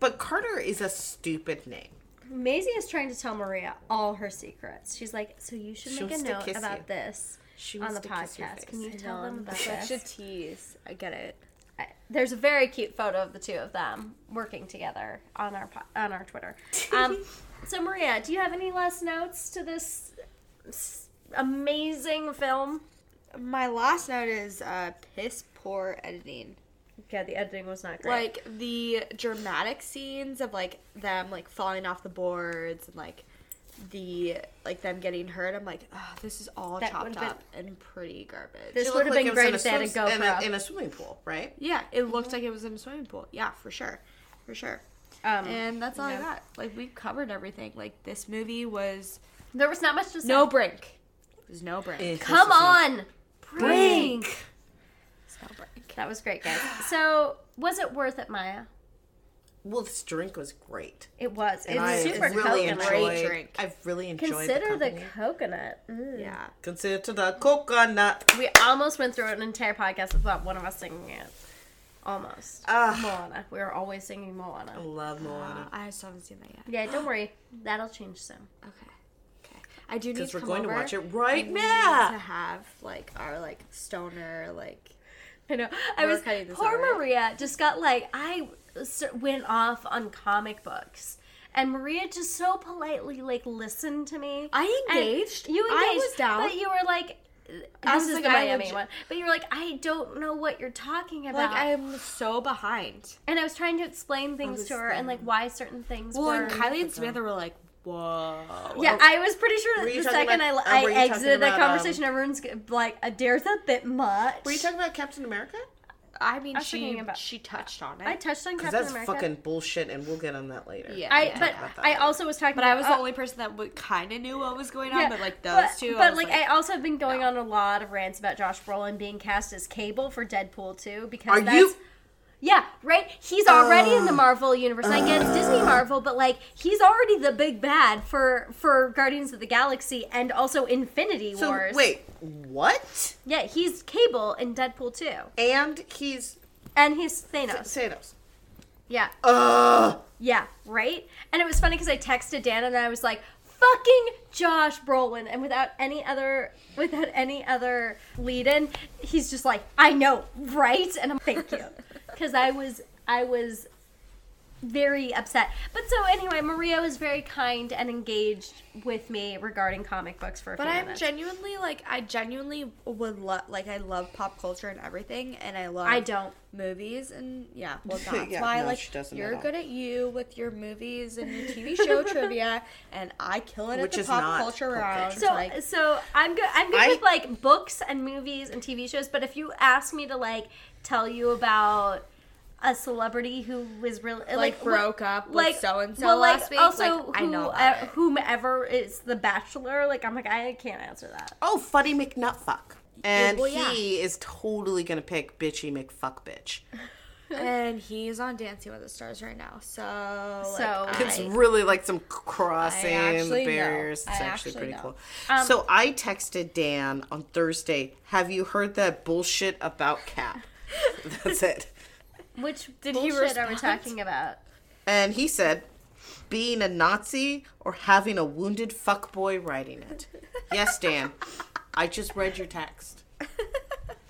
Speaker 1: But Carter is a stupid name.
Speaker 2: Maisie is trying to tell Maria all her secrets. She's like, so you should
Speaker 1: She
Speaker 2: make a
Speaker 1: wants to
Speaker 2: note
Speaker 1: kiss
Speaker 2: about
Speaker 1: you.
Speaker 2: this
Speaker 1: She
Speaker 2: on
Speaker 1: wants
Speaker 2: the
Speaker 1: to kiss your
Speaker 2: podcast.
Speaker 1: face.
Speaker 2: Can you tell them about this?
Speaker 4: Such a tease. I get it.
Speaker 2: I- there's a very cute photo of the two of them working together on our po- on our Twitter. Um, so Maria, do you have any last notes to this s- amazing film?
Speaker 4: My last note is uh, piss poor editing.
Speaker 2: Yeah, the editing was not great.
Speaker 4: Like the dramatic scenes of like them like falling off the boards and like the like them getting hurt. I'm like, oh, this is all
Speaker 2: That
Speaker 4: chopped
Speaker 2: would've been-
Speaker 4: up and pretty garbage.
Speaker 2: this
Speaker 1: It
Speaker 2: would
Speaker 1: looked
Speaker 2: have
Speaker 1: like
Speaker 2: been
Speaker 1: it was in
Speaker 2: great if they
Speaker 1: swim-
Speaker 2: had a
Speaker 1: in a,
Speaker 2: GoPro.
Speaker 1: in a swimming pool, right?
Speaker 4: yeah, it looked like it was in a swimming pool. Yeah, for sure, for sure.
Speaker 2: um,
Speaker 4: And that's all I got. Like we covered everything. Like this movie was
Speaker 2: there was not much to say.
Speaker 4: no brink. There's no brink.
Speaker 1: Eh, this
Speaker 2: come
Speaker 1: is not-
Speaker 2: on, brink.
Speaker 4: There's no brink.
Speaker 2: That was great, guys. So was it worth it, Maya?
Speaker 1: Well, this drink was great.
Speaker 2: It was. It
Speaker 1: And I
Speaker 2: was super
Speaker 1: really
Speaker 2: coconut.
Speaker 1: enjoyed.
Speaker 4: Great drink.
Speaker 1: I've really enjoyed
Speaker 2: Consider
Speaker 1: the,
Speaker 2: the,
Speaker 1: company.
Speaker 2: coconut. Mm.
Speaker 4: Yeah.
Speaker 1: Consider the coconut.
Speaker 2: We almost went through an entire podcast without one of us singing it. Almost.
Speaker 1: Ah.
Speaker 2: Moana. We were always singing Moana.
Speaker 1: I love Moana.
Speaker 4: Uh, I still haven't seen that yet.
Speaker 2: Yeah, don't worry. That'll change soon.
Speaker 4: Okay. Okay. I do need
Speaker 1: Because
Speaker 4: to
Speaker 1: we're
Speaker 4: come
Speaker 1: going to
Speaker 4: over.
Speaker 1: watch it
Speaker 4: I
Speaker 1: right
Speaker 4: need To
Speaker 1: now.
Speaker 4: have like our like stoner like
Speaker 2: I know. I
Speaker 4: We're
Speaker 2: was
Speaker 4: cutting this
Speaker 2: poor
Speaker 4: out, right?
Speaker 2: Maria just got like I s- went off on comic books. And Maria just so politely like listened to me.
Speaker 4: I
Speaker 2: And
Speaker 4: engaged.
Speaker 2: you engaged.
Speaker 4: I was down.
Speaker 2: But you were like
Speaker 4: I
Speaker 2: this
Speaker 4: was
Speaker 2: is
Speaker 4: like,
Speaker 2: the
Speaker 4: I
Speaker 2: Miami
Speaker 4: legit-
Speaker 2: one. But you were like, I don't know what you're talking about.
Speaker 4: like I'm so behind.
Speaker 2: And I was trying to explain things to her and like why certain things
Speaker 4: Well,
Speaker 2: were.
Speaker 4: and Kylie and Samantha were like,
Speaker 1: Whoa.
Speaker 2: Yeah, I was pretty sure
Speaker 1: Were
Speaker 2: that
Speaker 1: you
Speaker 2: the
Speaker 1: talking
Speaker 2: second
Speaker 1: about- uh,
Speaker 2: I,
Speaker 1: were you
Speaker 2: I
Speaker 1: talking
Speaker 2: exited
Speaker 1: about,
Speaker 2: that
Speaker 1: um,
Speaker 2: conversation, everyone's g- like, "There's a bit much."
Speaker 1: Were you talking about Captain America?
Speaker 4: I mean,
Speaker 2: I was
Speaker 4: she
Speaker 2: thinking about-
Speaker 4: she touched on it.
Speaker 2: I touched on
Speaker 1: Because
Speaker 2: Captain
Speaker 1: that's
Speaker 2: America.
Speaker 1: fucking bullshit, and we'll get on that later.
Speaker 4: Yeah.
Speaker 2: I
Speaker 4: talked
Speaker 2: but
Speaker 1: about that
Speaker 2: I
Speaker 1: later.
Speaker 2: also was talking. oh,
Speaker 4: but I was the only person that would kind of knew what was going on. but like those
Speaker 2: but,
Speaker 4: two, I
Speaker 2: But
Speaker 4: was
Speaker 2: like,
Speaker 4: like,
Speaker 2: I also have been going on a lot of rants about Josh Brolin being cast as Cable for Deadpool 2 because
Speaker 1: Are
Speaker 2: that's,
Speaker 1: you?
Speaker 2: Yeah, right. He's already in the
Speaker 1: Uh,
Speaker 2: Marvel universe. I get it's Disney Marvel, but like he's already the big bad for for Guardians of the Galaxy and also Infinity
Speaker 1: So
Speaker 2: Wars.
Speaker 1: wait, what?
Speaker 2: yeah, he's Cable in Deadpool 2,
Speaker 1: And he's
Speaker 2: and he's Thanos.
Speaker 1: Thanos.
Speaker 2: Yeah,
Speaker 1: Ugh.
Speaker 2: yeah, right. And it was funny because I texted Dan and I was like, "Fucking Josh Brolin," and without any other without any other lead in, he's just like, "I know, right?" And I'm thank you because I was I was very upset. But so anyway, Maria was very kind and engaged with me regarding comic books for a
Speaker 4: But
Speaker 2: few
Speaker 4: I'm
Speaker 2: minutes.
Speaker 4: genuinely like I genuinely would love like I love pop culture and everything, and I love
Speaker 2: I don't.
Speaker 4: movies and yeah. Well, that's
Speaker 1: Yeah,
Speaker 4: why
Speaker 1: no,
Speaker 4: like
Speaker 1: she doesn't
Speaker 4: you're
Speaker 1: at all.
Speaker 4: good at you with your movies and your TV show trivia, and I kill it
Speaker 1: Which
Speaker 4: at the
Speaker 1: is
Speaker 4: pop
Speaker 1: not
Speaker 4: culture
Speaker 1: pop
Speaker 4: round.
Speaker 1: culture.
Speaker 2: So,
Speaker 4: like,
Speaker 2: so I'm good. I'm good
Speaker 1: I-
Speaker 2: with like books and movies and TV shows. But if you ask me to like tell you about a celebrity who was really
Speaker 4: like, broke up with so and so
Speaker 2: well, like,
Speaker 4: last week.
Speaker 2: Also,
Speaker 4: like, e-, I
Speaker 2: who-
Speaker 4: know
Speaker 2: uh,
Speaker 4: about it.
Speaker 2: whomever is the Bachelor. Like I'm like I can't answer that.
Speaker 1: Oh, Fuddy McNutfuck. And
Speaker 2: Well, yeah.
Speaker 1: he is totally gonna pick bitchy McFuck bitch.
Speaker 4: and he's on Dancing with the Stars right now. So like,
Speaker 2: So-
Speaker 1: It's
Speaker 4: I-
Speaker 1: really like some crossing
Speaker 4: I actually
Speaker 1: the barriers.
Speaker 4: know.
Speaker 1: It's
Speaker 4: I
Speaker 1: actually,
Speaker 4: actually
Speaker 1: pretty
Speaker 4: know. Um,
Speaker 1: cool. so I texted Dan on Thursday. Have you heard that bullshit about Cap? That's it.
Speaker 2: Which
Speaker 4: he
Speaker 2: bullshit are we
Speaker 4: respond?
Speaker 2: talking about?
Speaker 1: And he said, being a Nazi or having a wounded fuckboy writing it. Yes, Dan. I just read your text.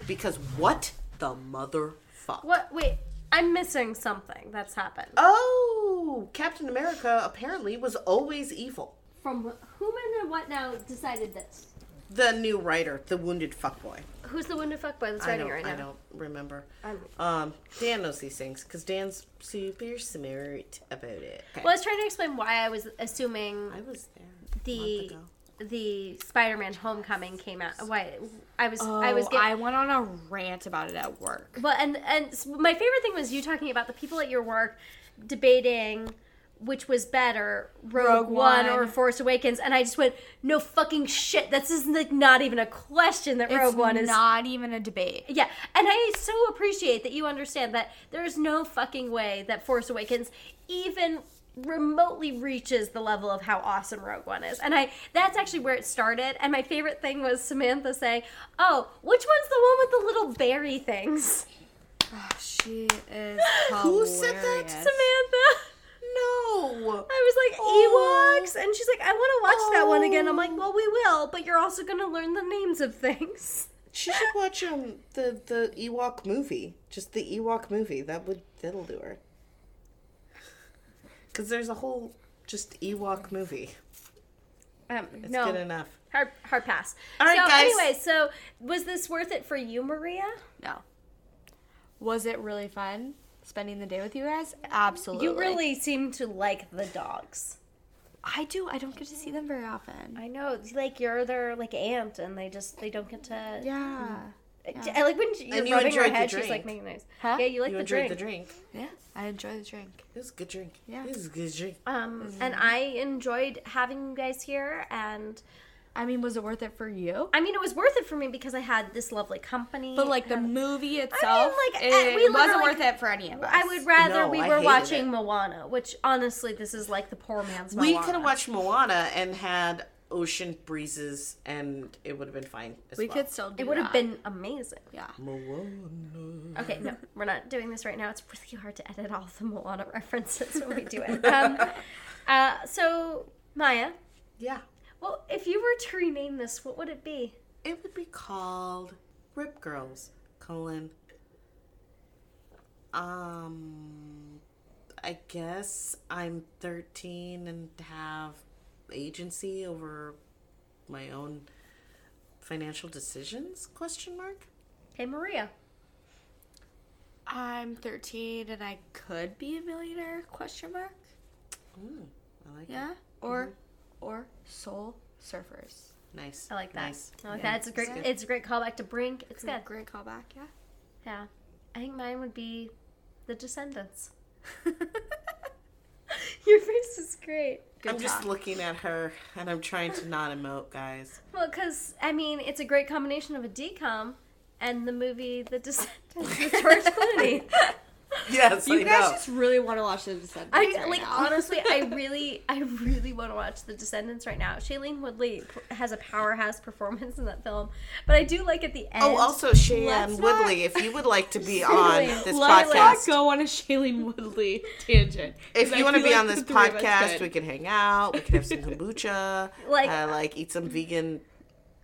Speaker 1: Because what the motherfuck?
Speaker 2: What? Wait, I'm missing something that's happened.
Speaker 1: Oh, Captain America apparently was always evil.
Speaker 2: From whom and what now decided this?
Speaker 1: The new writer, the wounded fuckboy.
Speaker 2: Who's the window fuckboy that's
Speaker 1: I
Speaker 2: writing
Speaker 1: don't,
Speaker 2: it right
Speaker 1: I
Speaker 2: now?
Speaker 1: don't remember.
Speaker 2: I'm-
Speaker 1: Um, Dan knows these things because Dan's super smart about it. Okay.
Speaker 2: Well, I was trying to explain why I was assuming
Speaker 1: I was there.
Speaker 2: the
Speaker 1: ago.
Speaker 2: the Spider-Man Homecoming came out. Why I was
Speaker 4: Oh,
Speaker 2: I was getting.
Speaker 4: I went on a rant about it at work.
Speaker 2: well, and and s- my favorite thing was you talking about the people at your work debating which was better, Rogue,
Speaker 4: Rogue
Speaker 2: One,
Speaker 4: One.
Speaker 2: or Force Awakens, and I just went, no fucking shit. That's just like not even a question that Rogue
Speaker 4: it's
Speaker 2: One is.
Speaker 4: not even a debate.
Speaker 2: Yeah, and I so appreciate that you understand that there's no fucking way that Force Awakens even remotely reaches the level of how awesome Rogue One is. And I that's actually where it started. And my favorite thing was Samantha saying, "Oh, which one's the one with the little berry things?"
Speaker 4: She is.
Speaker 1: Who said that?
Speaker 4: hilarious.
Speaker 2: Samantha
Speaker 1: No.
Speaker 2: I was like
Speaker 1: Oh.
Speaker 2: Ewoks, and she's like, "I want to watch that one again." I'm like,
Speaker 1: Oh.
Speaker 2: "Well, we will, but you're also going to learn the names of things."
Speaker 1: She should watch um the the Ewok movie, just the Ewok movie. That would that'll do her. Because there's a whole just Ewok movie.
Speaker 2: Um,
Speaker 1: It's
Speaker 2: no,
Speaker 1: good enough.
Speaker 2: hard, hard pass.
Speaker 1: All right,
Speaker 2: so
Speaker 1: guys.
Speaker 2: anyway, so was this worth it for you, Maria?
Speaker 4: No. Was it really fun spending the day with you guys? Absolutely.
Speaker 2: You really seem to like the dogs.
Speaker 4: I do. I don't get to see them very often.
Speaker 2: I know, it's like you're their like aunt, and they just they don't get to.
Speaker 4: Yeah.
Speaker 2: I like when you're
Speaker 1: And you
Speaker 2: rubbing her
Speaker 1: enjoyed the
Speaker 2: head, she's like
Speaker 1: drink.
Speaker 2: making noise.
Speaker 4: Huh?
Speaker 2: Yeah, you like
Speaker 1: you
Speaker 2: the,
Speaker 1: enjoyed
Speaker 2: drink.
Speaker 1: the drink.
Speaker 4: Yeah. I enjoy the drink.
Speaker 1: It was a good drink.
Speaker 4: Yeah.
Speaker 1: It was a good drink.
Speaker 2: Um, and I enjoyed having you guys here, and
Speaker 4: I mean, was it worth it for you?
Speaker 2: I mean, it was worth it for me because I had this lovely company.
Speaker 4: But like the
Speaker 2: and-
Speaker 4: movie itself,
Speaker 2: like,
Speaker 4: it
Speaker 2: eh, we
Speaker 4: wasn't
Speaker 2: literally-
Speaker 4: worth it for any of us.
Speaker 2: I would rather
Speaker 1: No,
Speaker 2: we
Speaker 1: I
Speaker 2: were
Speaker 1: hated
Speaker 2: watching
Speaker 1: it.
Speaker 2: Moana, which honestly, this is like the poor man's Moana.
Speaker 1: We could have watched Moana and had ocean breezes, and it would have been fine. As
Speaker 4: We
Speaker 1: well.
Speaker 4: could still. Do
Speaker 2: It would have
Speaker 4: that.
Speaker 2: been amazing.
Speaker 4: Yeah.
Speaker 1: Moana.
Speaker 2: Okay, no, we're not doing this right now. It's really hard to edit all the Moana references when we do it. Um, uh, so, Maya,
Speaker 1: Yeah,
Speaker 2: well, if you were to rename this, what would it be?
Speaker 1: it would be called Rip Girls. Colon. Um, I guess I'm 13 and have agency over my own financial decisions? Question mark.
Speaker 2: Hey, Maria.
Speaker 4: I'm 13 and I could be a millionaire? Question mark.
Speaker 1: Ooh, I like it.
Speaker 4: Yeah. Or Mm-hmm. or Soul Surfers.
Speaker 1: Nice.
Speaker 2: I like that.
Speaker 1: Nice.
Speaker 2: I like
Speaker 4: Yeah,
Speaker 2: that. It's a great.
Speaker 4: it's good.
Speaker 2: It's a great callback to Brink. It's good.
Speaker 4: Great callback, yeah.
Speaker 2: Yeah, I think mine would be The Descendants. Your face is great.
Speaker 4: Good
Speaker 1: I'm just
Speaker 4: talk.
Speaker 1: looking at her and I'm trying to not emote, guys.
Speaker 2: Well, because I mean, it's a great combination of a decom and the movie The Descendants with George Clooney.
Speaker 1: Yes, I
Speaker 4: You guys
Speaker 1: know.
Speaker 4: just really want to watch The Descendants.
Speaker 2: I
Speaker 4: right
Speaker 2: like
Speaker 4: now.
Speaker 2: honestly, I really, I really want to watch The Descendants right now. Shailene Woodley p- has a powerhouse performance in that film, but I do like at the end.
Speaker 1: Oh, also
Speaker 4: Let's
Speaker 1: Cheyenne
Speaker 4: not-
Speaker 1: Woodley, if you would like to be on
Speaker 2: Seriously,
Speaker 1: this
Speaker 4: Let's not
Speaker 1: podcast,
Speaker 4: go on a Shailene Woodley tangent. 'cause
Speaker 1: if
Speaker 4: I
Speaker 1: you want to
Speaker 4: feel
Speaker 1: be
Speaker 4: like
Speaker 1: on
Speaker 4: the
Speaker 1: this
Speaker 4: three of us
Speaker 1: podcast,
Speaker 4: could.
Speaker 1: we can hang out. We can have some kombucha.
Speaker 2: Like-
Speaker 1: like, uh, like eat some vegan.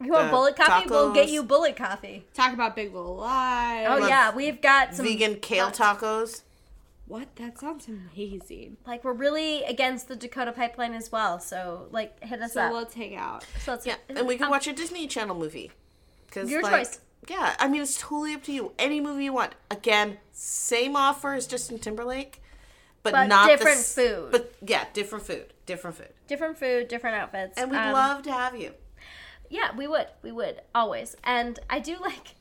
Speaker 2: you want
Speaker 1: uh,
Speaker 2: bullet coffee? We'll get
Speaker 1: tacos.
Speaker 2: you bullet coffee.
Speaker 4: talk about Big Little Lies.
Speaker 2: Oh
Speaker 1: love
Speaker 2: yeah, we've got some
Speaker 1: vegan kale tacos.
Speaker 4: What? That sounds amazing.
Speaker 2: Like we're really against the Dakota pipeline as well. So like, hit us
Speaker 4: So
Speaker 2: up.
Speaker 4: let's hang out.
Speaker 2: so let's,
Speaker 1: Yeah, and
Speaker 4: Um,
Speaker 1: we can watch a Disney Channel movie. 'Cause,
Speaker 2: Your
Speaker 1: like,
Speaker 2: choice.
Speaker 1: Yeah, I mean it's totally up to you. Any movie you want. Again, same offer as Justin Timberlake, but,
Speaker 2: But
Speaker 1: not the
Speaker 2: different
Speaker 1: s-
Speaker 2: food.
Speaker 1: But yeah, different food, different food,
Speaker 2: different food, different outfits,
Speaker 1: and we'd
Speaker 2: um,
Speaker 1: love to have you.
Speaker 2: Yeah, we would. We would always. And I do like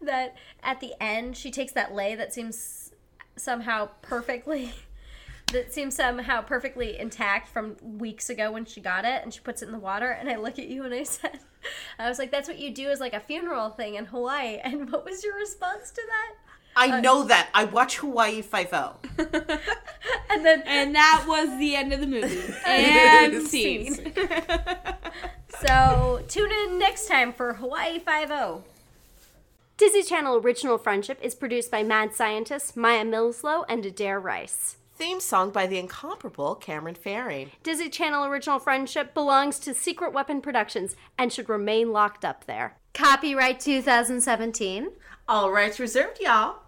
Speaker 2: that at the end she takes that lay that seems somehow perfectly that seems somehow perfectly intact from weeks ago when she got it and she puts it in the water and I look at you and I said I was like that's what you do is like a funeral thing in Hawaii and what was your response to that?
Speaker 4: uh,
Speaker 1: I know that. I watch Hawaii Five O.
Speaker 2: And then
Speaker 4: And that was the end of the movie. And
Speaker 2: Scene.
Speaker 4: scene.
Speaker 2: So tune in next time for Hawaii Five O. Disney Channel Original Friendship is produced by mad scientists Maya Millslow and Adair Rice.
Speaker 1: Theme song by the incomparable Cameron Faring.
Speaker 2: Disney Channel Original Friendship belongs to Secret Weapon Productions and should remain locked up there. Copyright 2017.
Speaker 1: All rights reserved, y'all.